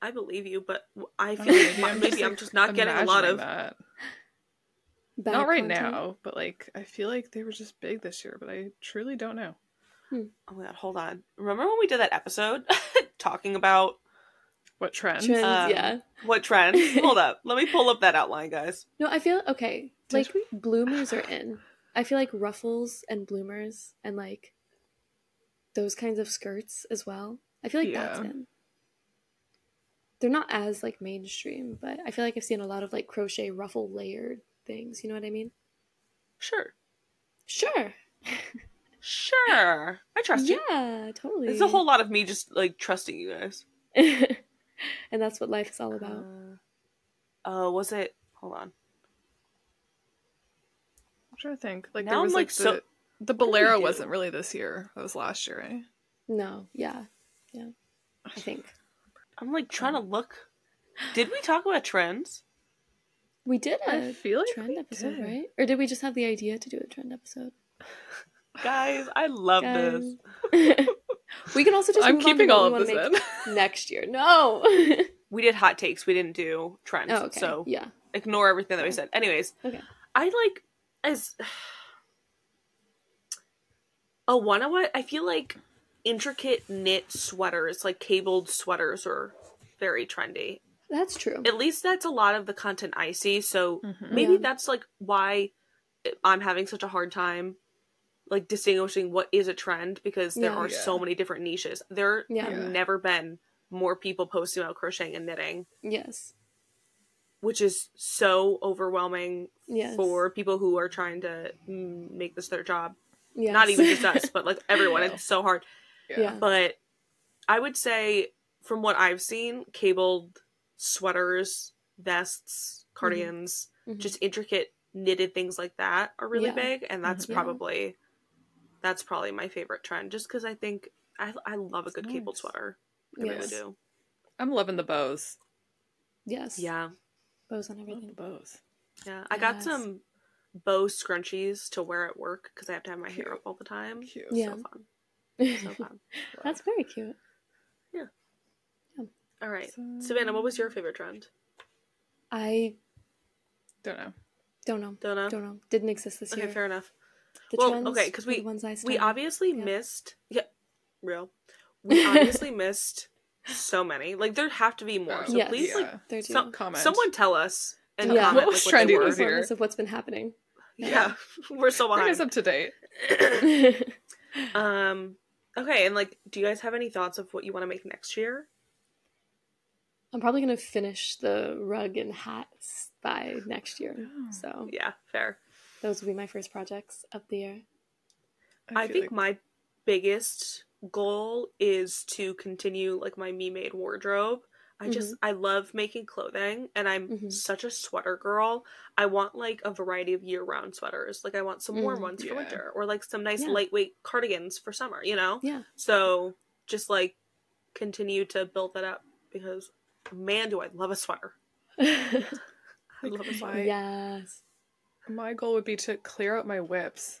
C: I believe you, but I
B: I
C: feel
B: don't know,
C: like maybe I'm just,
B: like,
C: not getting a lot
B: imagining
C: of.
B: that.
A: Bag
B: not right
A: content?
B: now, but like I feel like they were just big this year, but I truly don't know.
C: Oh my god, hold on. Remember when we did that episode talking about
B: What trends?
A: Trends,
C: Um,
A: yeah.
C: what trends? hold up, let me pull up that outline, guys.
A: No, I feel okay.
B: Did
A: Like bloomers are in. I feel like ruffles and bloomers and like those kinds of skirts as well. I feel like that's
B: Yeah.
A: in. They're not as like mainstream, but I feel like I've seen a lot of like crochet ruffle layered things. You know what I mean?
C: Sure,
A: Sure.
C: sure. I trust you.
A: Yeah, totally.
C: It's a whole lot of me just like trusting you guys.
A: and that's what life is all about.
C: Uh, uh, was it? Hold on.
B: I'm trying to think. Like
C: Now
B: there
C: I'm,
B: was
C: like,
B: like,
C: so-
B: the the
A: did we
B: bolero
A: do?
B: wasn't really this year. That was last year, right?
A: No, yeah, yeah, I think
C: I'm like trying to look. Did we talk about trends?
A: we did
B: I
A: a
B: feel like
A: trend
B: we
A: episode,
B: did.
A: right? Or did we just have the idea to do a trend episode?
C: Guys, I love this.
A: Guys. we can also just.
B: I'm
A: move on to
B: keeping
A: what
B: all
A: we
B: of this
A: wanna
B: in.
A: make next year. No. oh,
C: We did hot takes. We didn't do trends.
A: okay.
C: So
A: yeah.
C: ignore everything that we
A: Okay.
C: said. Anyways,
A: Okay.
C: I like as a one of what I feel like intricate knit sweaters, like cabled sweaters, or very trendy.
A: That's true.
C: At least that's a lot of the content I see. So
B: Mhm.
C: maybe
A: Mm-hmm. Yeah.
C: that's like why I'm having such a hard time like distinguishing what is a trend because there
A: Yeah.
C: are
B: Yeah.
C: so many different niches. There
A: Yeah.
C: have
B: Yeah.
C: never been more people posting about crocheting and knitting,
A: Yes.
C: which is so overwhelming
A: Yes.
C: for people who are trying to mm, make this their job.
A: Yes.
C: Not even just us, but like everyone.
B: No.
C: It's so hard.
A: Yeah.
C: But I would say, from what I've seen, cabled sweaters, vests, cardigans,
A: Mhm.
C: just intricate knitted things like that are really
A: Yeah. Mm-hmm.
C: big, and that's
B: Mhm.
A: Yeah.
C: probably that's probably my favorite trend. Just because I think I I love a good cabled
B: Nice.
C: sweater. I really
A: yes.
C: do.
B: I'm loving the bows.
A: Yes.
C: Yeah,
A: Bows on
B: Love the
A: everything.
B: bows.
C: yeah. I got
A: Yes.
C: some bow scrunchies to wear at work because I have to have my hair
B: Cute.
C: up all the time.
B: Cute.
A: Yeah.
C: So fun. So
A: That's
C: fun.
A: very cute.
C: All right. Savannah, what was your favorite trend?
A: I
B: Don't know.
A: don't know.
C: Don't know.
A: Don't know. Didn't exist this
C: okay,
A: year.
C: fair enough.
A: The
C: Well,
A: trends
C: okay, 'cause
A: were the
C: we-
A: ones I
C: We
A: studied.
C: obviously
A: Yeah.
C: missed. Yeah, real. We obviously missed so many. Like there have to be more. So
A: Yes.
C: please, like,
A: They're
C: some-
A: doing
B: comment.
C: someone tell us and
A: Yeah.
C: comment
A: What
C: like,
B: was
C: they
B: trendy
C: were.
B: this year?
A: regardless of what's been happening.
C: Yeah, we're so
B: bring us
C: behind.
B: up to date.
C: um, okay, and like, do you guys have any thoughts of what you want to make next year?
A: I'm probably gonna finish the rug and hats by next year.
B: Yeah.
A: So
C: Yeah, fair.
A: those will be my first projects of the year.
C: I,
B: feel
C: think
B: like-
C: my biggest goal is to continue like my me made wardrobe. I just
A: Mm-hmm.
C: I love making clothing and I'm
A: Mhm.
C: such a sweater girl. I want like a variety of year round sweaters. Like I want some warm
A: Mm.
C: ones for
B: Yeah.
C: winter or like some nice
A: Yeah.
C: lightweight cardigans for summer, you know?
A: Yeah.
C: So just like continue to build that up because man do I love a sweater. I
B: Like,
C: love a sweater.
B: I-
A: yes.
B: my goal would be to clear out my whips.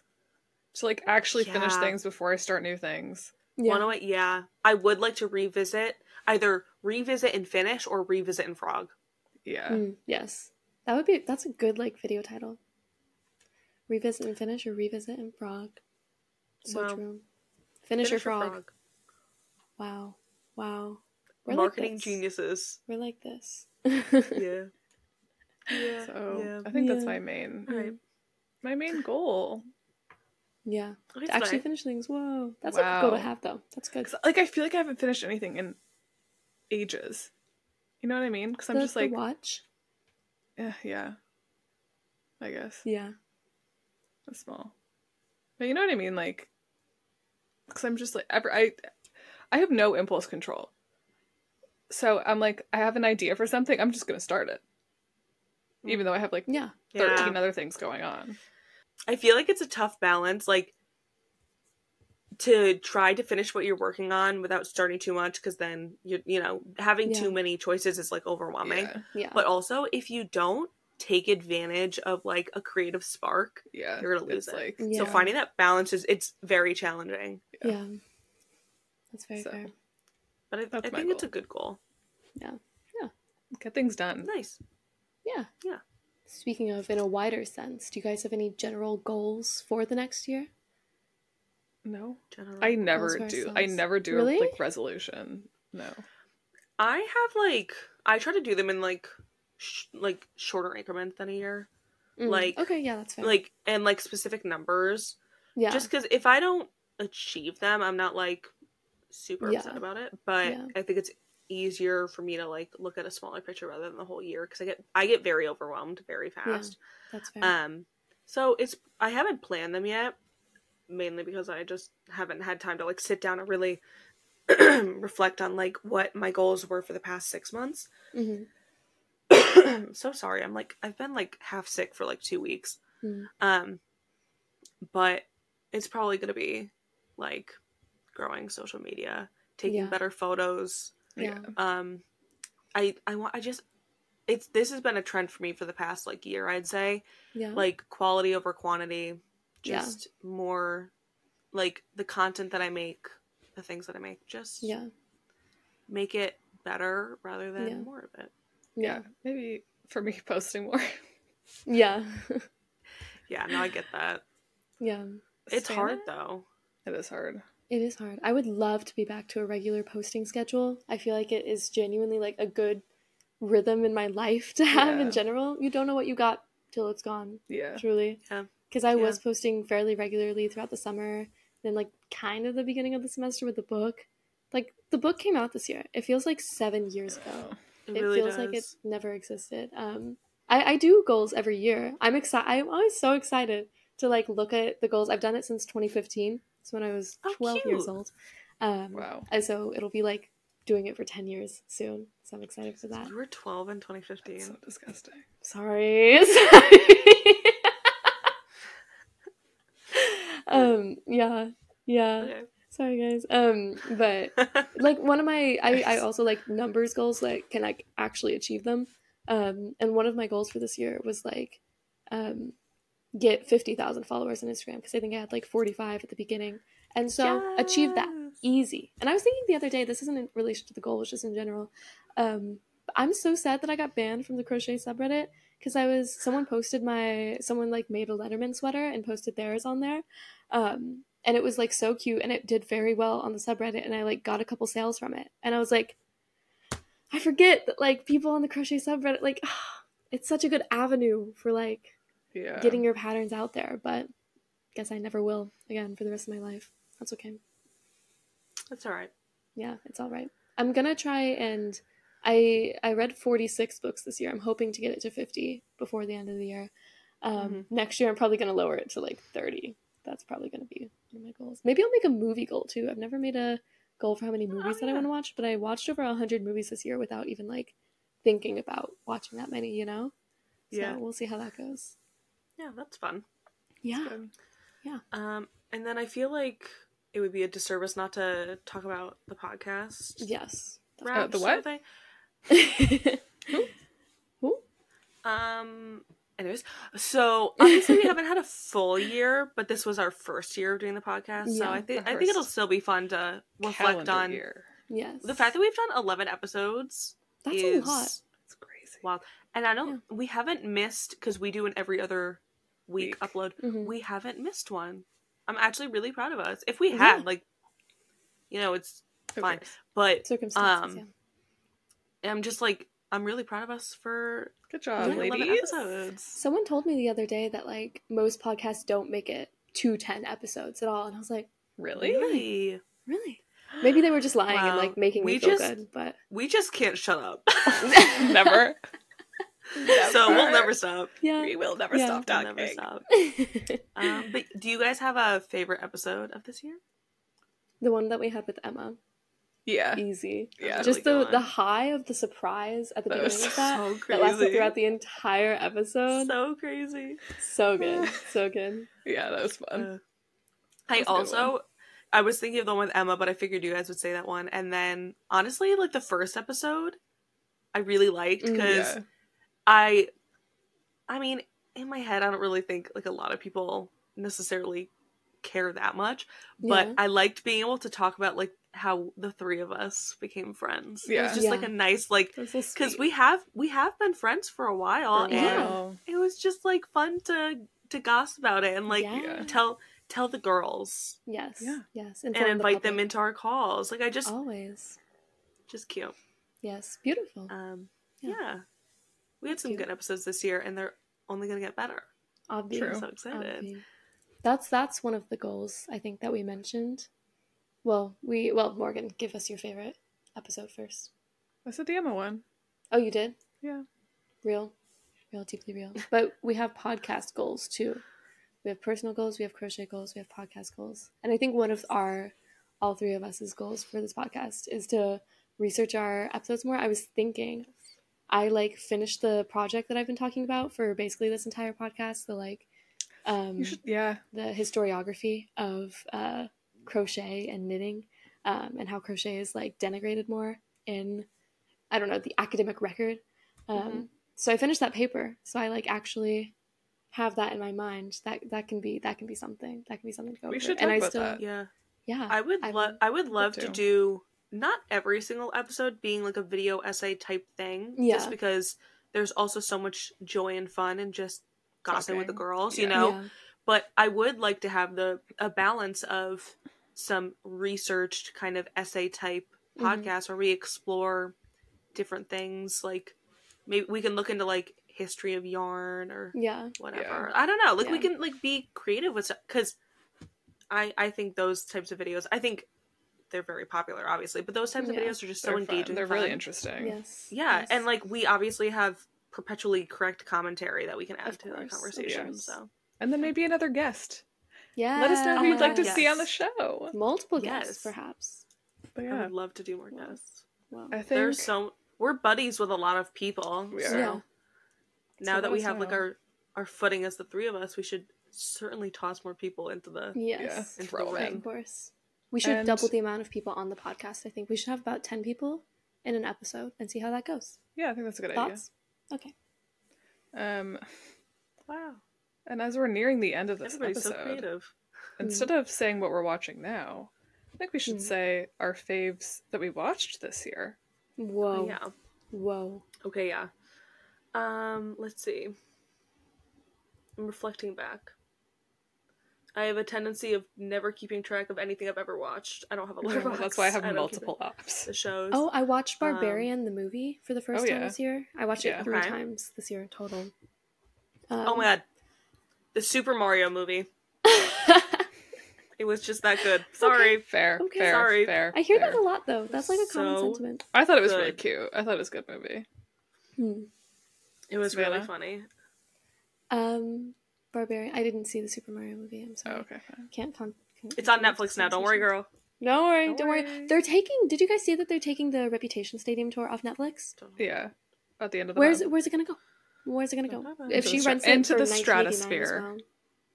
B: To like actually finish
C: Yeah.
B: things before I start new things.
A: Yeah.
C: Wanna wait- yeah. I would like to revisit either revisit and finish or revisit and frog.
B: Yeah.
A: Mm, yes. That would be that's a good like video title. Revisit and finish or revisit and frog. So
C: Wow.
A: true. Finish, or
C: Finish or
A: frog. Wow. Wow. We're like
C: marketing
A: this.
C: geniuses.
A: We're like this.
C: Yeah. Yeah.
B: So
C: Mm. yeah.
B: I think that's
A: Yeah.
B: my main
C: All right.
B: my main goal.
A: yeah.
C: Okay,
A: To actually
C: fine.
A: finish things. Whoa. That's a good goal to
B: Wow.
A: have though. That's good.
B: 'Cause, like I feel like I haven't finished anything in ages. You know what I mean? Because I'm
A: The-
B: just
A: the
B: like,
A: watch.
B: eh, yeah, I guess
A: Yeah.
B: that's small. But you know what I mean? Like, because I'm just like, ever I, I have no impulse control. So I'm like, I have an idea for something. I'm just gonna start it, even though I have like
A: Yeah.
B: 13
C: Yeah.
B: other things going on.
C: I feel like it's a tough balance, like to try to finish what you're working on without starting too much, because then you you know having
A: Yeah.
C: too many choices is like overwhelming.
B: Yeah,
A: Yeah.
C: But also, if you don't take advantage of like a creative spark,
B: yeah.
C: You're gonna lose
B: it's Like,
C: it.
A: Yeah.
C: so finding that balance is it's very challenging.
A: yeah.
B: Yeah.
A: That's very
B: So.
A: fair.
C: But I, I
B: That's
C: think
B: my
C: it's a
B: goal. Mm.
C: good goal.
B: get things done.
C: Nice.
A: Yeah.
C: Yeah.
A: Speaking of in a wider sense, do you guys have any general goals for the next year?
B: No,
C: General.
B: I never
A: for
B: do. I
A: ourselves.
B: never do
A: Really?
B: like resolution. No.
C: I have like I try to do them in like sh- like shorter increments than a year.
A: Mm,
C: Like-
A: okay, yeah, that's fair.
C: like and like specific numbers
A: yeah,
C: just because if i don't achieve them i'm not like super
A: Yeah.
C: upset about it but
A: Yeah.
C: i think it's easier for me to like look at a smaller picture rather than the whole year because i get i get very overwhelmed very fast
A: that's
B: uh,
A: fair.
C: um so it's i haven't planned them yet mainly because i just haven't had time to like sit down and really reflect on like what my goals were for the past six months
A: hmm
C: I'm so sorry. I'm like I've been like half sick for like two weeks.
A: Mm.
C: Um but it's probably gonna be like growing social media, taking
A: Yeah.
C: better photos.
A: Yeah.
C: Um I I want I just it's this has been a trend for me for the past like year, I'd say.
A: Yeah,
C: Like quality over quantity.
A: Mm-hmm. Yeah.
C: Just more like the content that I make, the things that I make, just
A: yeah,
C: make it better rather than
A: Yeah.
C: more of it.
B: yeah,
A: yeah,
B: maybe for me posting more.
A: yeah,
C: Yeah, no, I get that.
A: yeah.
C: It's
B: Savannah?
C: hard though.
B: It is hard.
A: It is hard. I would love to be back to a regular posting schedule. I feel like it is genuinely like a good rhythm in my life to have
B: Yeah.
A: in general. You don't know what you got till it's gone,
B: Yeah.
A: truly.
C: Yeah.
A: Because I was posting fairly regularly throughout the summer, then like kind of the beginning of the semester with the book. Like the book came out this year. It feels like seven years ago
B: Oh,
C: It,
A: it
C: really
A: feels
C: does.
A: like it never existed. Um, I, I do goals every year. I'm excited. I'm always so excited to like look at the goals. I've done it since 2015. It's when I was
C: Oh,
A: 12 years
C: cute.
A: old. Um,
B: Wow.
A: And so it'll be like doing it for 10 years soon. So I'm excited for that.
C: You were 12 in
B: That's
C: 2015.
B: so disgusting.
A: Sorry. Sorry. um. Yeah. Yeah.
C: Okay.
A: Sorry, guys. Um. But like one of my I, I also like numbers goals like can like actually achieve them um and one of my goals for this year was like um get 50,000 followers on Instagram because I think I had like 45 at the beginning and so achieve that
C: Yes.
A: easy and I was thinking the other day this isn't in relation to the goal it's just in general um I'm so sad that I got banned from the crochet subreddit because I was someone posted my someone like made a Letterman sweater and posted theirs on there, um, and it was like so cute and it did very well on the subreddit and I like got a couple sales from it and I was like, I forget that like people on the crochet subreddit like it's such a good avenue for like
B: Yeah.
A: getting your patterns out there, but guess I never will again for the rest of my life. That's okay
C: That's all right.
A: yeah it's all right i'm gonna try and i i read 46 books this year i'm hoping to get it to 50 before the end of the year um
C: Mm-hmm.
A: next year i'm probably gonna lower it to like 30 that's probably gonna be one of my goals maybe i'll make a movie goal too i've never made a goal for how many movies that i
C: Oh, yeah.
A: want to watch but i watched over 100 movies this year without even like thinking about watching that many you know so
C: Yeah.
A: we'll see how that goes
C: Yeah, that's fun.
A: yeah
B: Good.
C: Um, and then I feel like it would be a disservice not to talk about the podcast.
A: yes
C: wrap
B: Uh, the
C: sort
B: what?
C: of thing.
A: Who? Who?
C: Um. Anyways, so obviously we haven't had a full year, but this was our first year of doing the podcast, so
A: Yeah,
C: I think
B: the
C: I think it'll
B: first
C: still be fun to reflect
B: Calendar
C: on
B: year.
A: yes
C: the fact that we've done eleven episodes.
A: that's
C: is,
A: a lot
B: It's crazy.
C: Wow, and I don't we haven't missed because we do an every other week,
B: Week.
C: upload.
A: Mhm.
C: We haven't missed one. I'm actually really proud of us. If we
A: Yeah.
C: had, like, you know, it's
B: Who
C: fine,
B: cares?
C: but
A: circumstances
C: Um,
A: yeah.
C: I'm just like I'm really proud of us for
B: Good job,
A: Yeah.
C: doing
B: Uh, ladies.
C: 11 episodes.
A: Someone told me the other day that like most podcasts don't make it to 10 episodes at all and I was like,
B: Really?
C: Really?
A: really? Maybe they were just lying and
C: Wow.
A: like making me
C: We
A: feel
C: just-
A: good, but
C: We just can't shut up.
B: never.
C: so we'll never stop.
A: yeah.
B: We will never
A: Yeah.
B: stop
C: We'll
B: talking.
C: never stop. Um, but do you guys have a favorite episode of this year?
A: the one that we had with Emma.
C: Uh,
B: Yeah.
A: Easy.
B: Yeah.
A: Just
C: Really
A: the
C: good
A: the
C: one.
A: high of the surprise at the
B: That was
A: beginning of that.
B: Oh,
C: so
A: That lasted
C: crazy.
A: throughout the entire episode. So,
C: So crazy.
A: good. So good.
B: Yeah, that was fun.
C: Uh,
B: That's
C: I
B: a good
C: also I was thinking of the one with Emma, but I figured you guys would say that one. And then honestly, like the first episode, I really liked
A: Mm.
C: because
B: yeah.
C: I I mean, in my head I don't really think like a lot of people necessarily care that much, but
A: Yeah.
C: I liked being able to talk about like how the three of us became friends. It
B: Yeah.
C: was just like
A: Yeah.
C: a nice like
B: That was so
C: because
B: sweet.
C: we have we have been friends for a while
A: Yeah.
C: and it was just like fun to to gossip about it and like
A: Yeah.
B: yeah.
C: tell tell the girls
A: Yes.
B: Yeah.
A: Yes.
C: and
A: form the
C: invite them
A: public. Oh.
C: into our calls like i just
A: always.
C: just cute
A: Yes. Beautiful.
C: um
A: Yeah.
C: yeah, we had some
A: Cute.
C: good episodes this year and they're only gonna get better
A: Obvious.
B: True.
C: i'm so excited
A: Okay. That's that's one of the goals I think that we mentioned. Well, we well Morgan, give us your favorite episode first.
B: I said the Emma one.
A: Oh, you did?
B: Yeah.
A: Real, real, deeply real. But we have podcast goals too. We have personal goals, we have crochet goals, we have podcast goals, and I think one of our all three of us's goals for this podcast is to research our episodes more. I was thinking. I like finished the project that I've been talking about for basically this entire podcast. The like, um,
B: You should. Yeah.
A: the historiography of uh, crochet and knitting um, and how crochet is like denigrated more in i don't know the academic record um,
B: Mm-hmm.
C: Mhm.
A: so i finished that paper so i like actually have that in my mind that that can be that can be something that can be something to go
B: We
A: for.
B: should
A: and
B: talk
A: i
B: about
A: still
B: that.
C: yeah
A: yeah
C: i would
A: I
C: love
A: would-
C: i would love
B: would
C: to
B: too.
C: do not every single episode being like a video essay type thing
A: Yeah.
C: just because there's also so much joy and fun and just gossiping with the
B: Talking.
C: girls you
B: Yeah.
C: know
A: yeah
C: but I would like to have the a balance of some researched kind of essay type
A: Mhm.
B: Mm-hmm.
C: podcast where we explore different things. Like maybe we can look into like history of yarn or
A: Yeah.
C: whatever. I don't know. Like we
A: Yeah.
C: can like be creative with because I I think those types of videos. I think they're very popular, obviously, but those types
A: Yeah.
C: of videos are just so
B: They're fun.
C: engaging.
B: They're really
C: fun.
B: interesting.
A: Yes.
C: Yeah,
A: yes.
C: and like we obviously have perpetually correct commentary that we can add
A: Of
C: to our
A: course, of
C: conversation.
A: course.
C: So
B: And then maybe another guest.
A: yeah.
B: Let us know who
C: Oh
B: you'd
C: my
B: like to
C: God,
B: see on the
C: yes.
B: show.
A: Multiple guests,
C: Yes.
A: perhaps.
B: But
C: I
B: yeah,
C: would love to do more
A: Wow.
C: guests.
A: Wow.
B: I think
C: There's so we're buddies with a lot of people.
B: We
C: So
B: are.
A: Yeah.
C: now
B: So
C: that
B: let
C: we
B: us
C: have like
B: know.
C: our our footing as the three of us, we should certainly toss more people into the
A: Yes.
B: yeah,
C: into
B: throw
C: the
B: it
A: Of
B: in.
C: ring.
A: course. We should
B: And-
A: double the amount of people on the podcast, I think. We should have about 10 people in an episode and see how that goes.
B: Yeah, I think that's a good
A: Thoughts? Okay.
B: idea. Um,
C: Wow,
B: and as we're nearing the end of this
C: everybody's so
B: episode,
C: creative.
A: Hmm.
B: instead of saying what we're watching now, I think we should
A: Mhm.
B: say our faves that we watched this year.
A: Whoa.
C: Yeah.
A: Whoa.
C: Okay. Yeah. Um. Let's see. I'm reflecting back. I have a tendency of never keeping track of anything I've ever watched. I don't have a
B: Well,
C: letterbox.
B: that's why I have
C: don't keep
B: multiple
C: it-
B: apps.
C: The shows.
A: Oh, I watched
C: Um,
A: Barbarian, the movie, for the first
B: oh,
A: time
B: yeah.
A: this year. I watched
B: Yeah.
A: it three
C: Okay.
A: times this year total. Um,
C: Oh my god. The Super Mario movie. It was just that good. Sorry.
B: Fair,
A: Okay.
B: fair,
C: Sorry.
B: fair.
A: I hear
B: fair.
A: that a lot, though. That's like a common
C: So-
A: sentiment.
B: I thought it was really
C: Good.
B: cute. I thought it was a good movie.
A: Hmm.
C: It was really
B: Savannah?
C: funny.
A: Um, Barbarian. I didn't see the Super Mario movie. I'm
B: Oh,
A: sorry.
B: okay. fine.
A: Can't. Con- con-
C: It's on
A: continue
C: Netflix
A: this
C: now. Don't worry,
A: conversation.
C: girl.
A: Don't worry.
B: Don't
A: Don't, worry.
B: worry.
A: They're taking. Did you guys see that they're taking the Reputation Stadium tour off Netflix?
B: Yeah, at the end of the
A: Where's
B: month.
A: it? Where's it gonna go? Where's it gonna go?
C: Bye-bye.
A: If
B: Into
A: she
B: the stra-
A: rents it
B: into
A: for
B: the
A: 1989 as
B: stratosphere.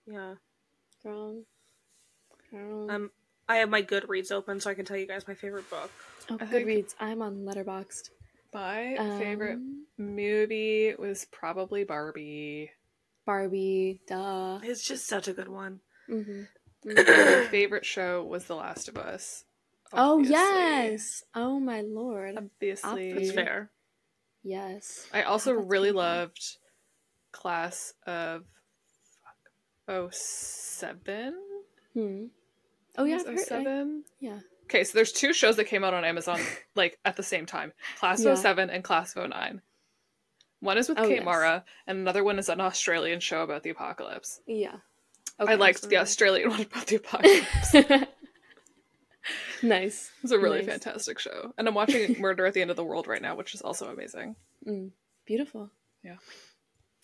A: well.
C: Yeah.
A: Girl. Girl.
C: Um, I have my Goodreads open so I can tell you guys my favorite book.
A: oh,
B: I think-
A: Goodreads. I'm on Letterboxd.
B: My
A: Um,
B: favorite movie was probably Barbie.
A: Barbie. Duh.
C: It's just such a good one.
A: hmm
B: My favorite show was The Last of Us.
A: oh
B: obviously. Um,
A: yes. Oh my lord.
B: Obviously.
C: That's
A: Obviously. Yeah.
C: fair.
A: Yes.
B: I also
A: Oh, that's
B: really
A: pretty fun.
B: loved Class of fuck, oh, 07?
A: Hmm. Oh yeah. I've
B: It
A: heard.
B: was
A: I-
B: 07?
A: yeah.
B: Okay, so there's two shows that came out on Amazon like at the same time. Class of
A: Yeah.
B: 07 and Class of 09. One is with
A: Oh,
B: Kate
A: yes.
B: Mara and another one is an Australian show about the apocalypse.
A: Yeah.
B: I liked the
C: awesome.
B: Australian one about the apocalypse.
A: nice.
B: It's a really
A: Nice.
B: fantastic show. And I'm watching Murder at the End of the World right now, which is also amazing.
A: Mm, beautiful.
B: Yeah.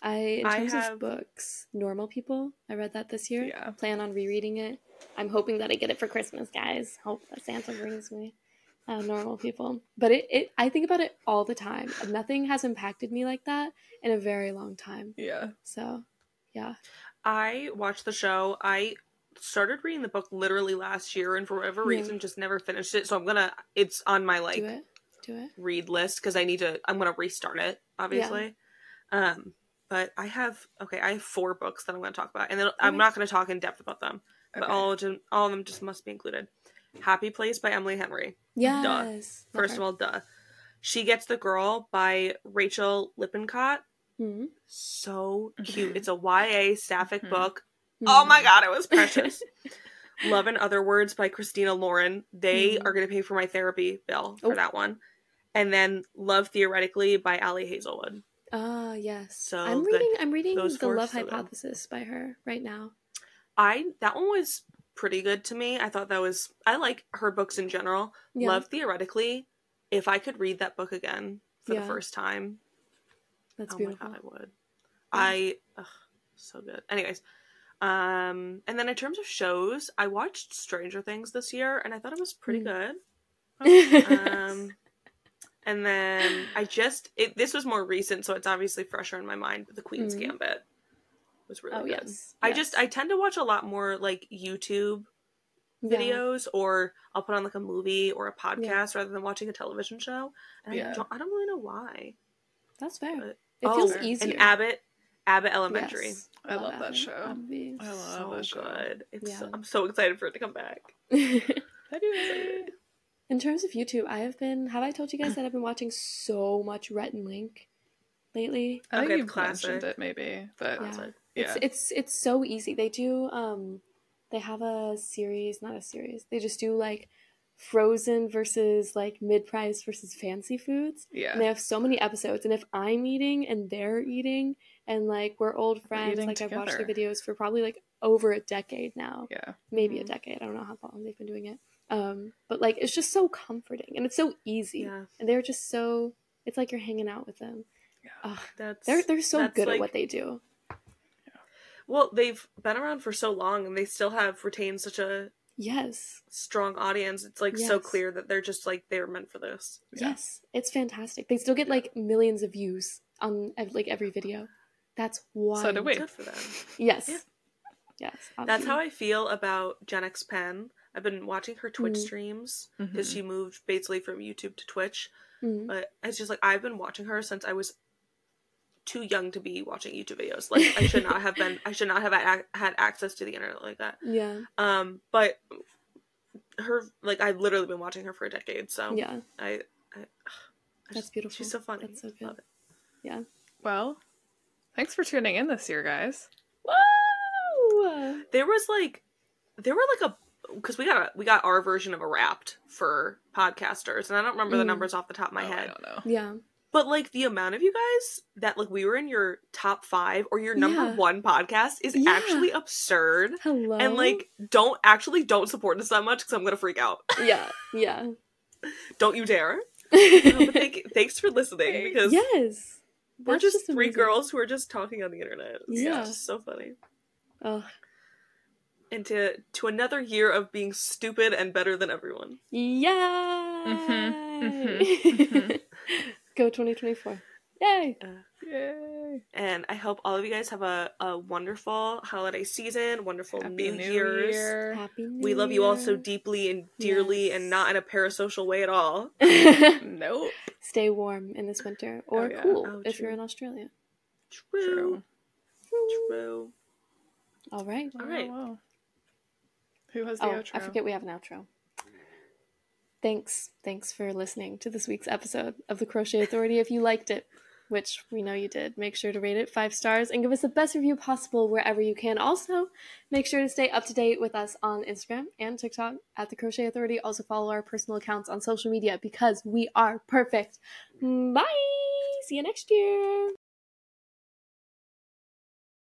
A: I in
C: I
A: terms
C: have-
A: of books, Normal People. I read that this year.
B: Yeah.
A: Plan on rereading it. I'm hoping that I get it for Christmas, guys. Hope that Santa brings me uh, Normal People. But it, it, I think about it all the time. Nothing has impacted me like that in a very long time.
B: Yeah.
A: So, yeah.
C: I watched the show. I started reading the book literally last year and for whatever
A: Yeah.
C: reason just never finished it. So I'm gonna it's on my like
A: Hmm. do it. Do it.
C: read list because I need to. I'm gonna restart it, obviously. Um, but I have okay. I have four books that I'm gonna talk about, and then I'm
A: Okay.
C: not gonna talk in depth about them. But
B: Okay.
C: all of them, all of them just must be included. Happy Place by Emily Henry.
A: Yes. Love
C: First
A: her.
C: of all, duh. She gets the girl by Rachel Lippincott.
A: Mhm.
C: So cute.
A: Mm-hmm.
B: Mhm.
C: It's a YA sapphic
B: Mhm.
C: book.
A: Mhm.
C: Oh my god, it was precious. Love in Other Words by Christina Lauren. They
A: Mhm.
C: are going to pay for my therapy bill for
A: Oh.
C: that one. And then Love Theoretically by Allie Hazelwood.
A: Ah, yes.
C: So
A: I'm
C: good.
A: reading. I'm reading
C: Those
A: the
C: four are
A: Love
C: so good.
A: Hypothesis by her right now.
C: I that one was pretty good to me. I thought that was I like her books in general.
A: Yeah.
C: Love Theoretically, if I could read that book again for
A: Yeah.
C: the first time,
A: That's
C: oh
A: beautiful.
C: my god, I would. I ugh, so good. Anyways, um, and then in terms of shows, I watched Stranger Things this year, and I thought it was pretty
A: Mm.
C: good. Um, and then I just it, this was more recent, so it's obviously fresher in my mind. But The Queen's
A: Mhm.
C: Gambit was really
A: oh
C: good.
A: yes,
C: I
A: yes.
C: just I tend to watch a lot more like YouTube
A: Yeah.
C: videos, or I'll put on like a movie or a podcast rather than watching a television show. And
B: Yeah.
C: I don't I don't really know why.
A: That's fair.
C: but-
A: It
C: Oh,
A: feels
B: and
A: easier.
C: And Abbott Abbott Elementary.
A: Yes.
B: I love that show.
A: Abbey.
B: I love
C: so
B: that show.
C: good. It's so,
A: Yeah.
C: I'm so excited for it to come back. Oh.
B: Anyway.
A: In terms of YouTube, I have been. Have I told you guys that I've been watching so much Rhett and Link lately?
B: I think
C: Okay,
B: you've
C: classic.
B: mentioned it maybe, but
A: Yeah.
C: That's like-
B: yeah.
A: It's it's it's so easy. They do um they have a series, not a series. They just do like frozen versus like mid price versus fancy foods.
B: Yeah.
A: And they have so many episodes. And if I'm eating and they're eating and like we're old friends,
B: eating
A: like I've watched
B: together.
A: their videos for probably like over a decade now.
B: yeah. Mm-hmm.
A: Maybe
C: Mhm.
A: a decade. I don't know how long they've been doing it. Um, but like it's just so comforting and it's so easy.
C: Yeah,
A: And they're just so it's like you're hanging out with them.
B: Yeah.
A: Ugh,
C: that's
A: they're they're so
C: that's,
A: good
C: like-
A: at what they do.
C: well, they've been around for so long, and they still have retained such a
A: Yes.
C: strong audience. It's like so
A: Yes.
C: clear that they're just like they're meant for this.
B: Yeah.
A: Yes. It's fantastic. They still get like millions of views on ev- like every video. That's wild.
B: So do we.
C: Good for them.
A: Yes.
C: Yeah.
A: Yes.
C: That's how
A: absolutely.
C: I feel about Gen X Pen. I've been watching her Twitch
A: Mhm.
C: streams because
B: Mhm.
C: she moved basically from YouTube to Twitch.
A: Mhm.
C: But it's just like I've been watching her since I was too young to be watching YouTube videos. Like I should not have been. I should not have ac- had access to the internet like that.
A: Mm-hmm. Yeah.
C: Um, but her like I've literally been watching her for a decade. So
A: Yeah.
C: I, I, I
A: That's
C: just-
A: beautiful.
C: She's so funny.
A: That's so good.
C: Love it.
B: Well, thanks for tuning in this year, guys.
A: Woo!
C: There was like, there were like a because we got a, we got our version of a wrapped for podcasters, and I don't remember the
A: Mm.
C: numbers off the top of my
B: Oh, I
C: head.
B: don't know.
A: Yeah.
C: But like the amount of you guys that like we were in your top five or your number
A: Yeah.
C: one podcast is
A: Yeah.
C: actually absurd.
A: Hello.
C: And like, don't actually don't support us that much because I'm gonna freak out.
A: Yeah. Yeah.
C: Don't you dare! No, but
A: yes.
C: thank, thanks for listening because we're
A: That's
C: just, three
A: amazing.
C: girls who are just talking on the internet. It's
A: Yeah.
C: just so funny.
A: Oh,
C: And to to another year of being stupid and better than everyone.
A: yay!
C: Mm-hmm,
B: mhm, mhm.
A: Go 2024. Yay!
B: Yay.
C: And I hope all of you guys have a, a wonderful holiday season, wonderful
B: Happy
C: New, Year's.
A: Happy New
C: We love you all so
A: Year.
C: deeply and dearly
A: Yes.
C: and not in a parasocial way at all.
B: Nope.
A: Stay warm in this winter or
B: Oh, yeah.
A: cool
C: Oh,
A: if
C: true.
A: you're in Australia.
C: True.
B: True.
C: True.
A: All right.
C: All right.
B: Oh, Wow, wow. Who has the
A: Oh,
B: outro?
A: I forget we have an outro. Thanks. Thanks for listening to this week's episode of The Crochet Authority. If you liked it, which we know you did, make sure to rate it five stars and give us the best review possible wherever you can. Also, make sure to stay up to date with us on Instagram and TikTok at The Crochet Authority. Also, follow our personal accounts on social media because we are perfect. Bye. See you next year.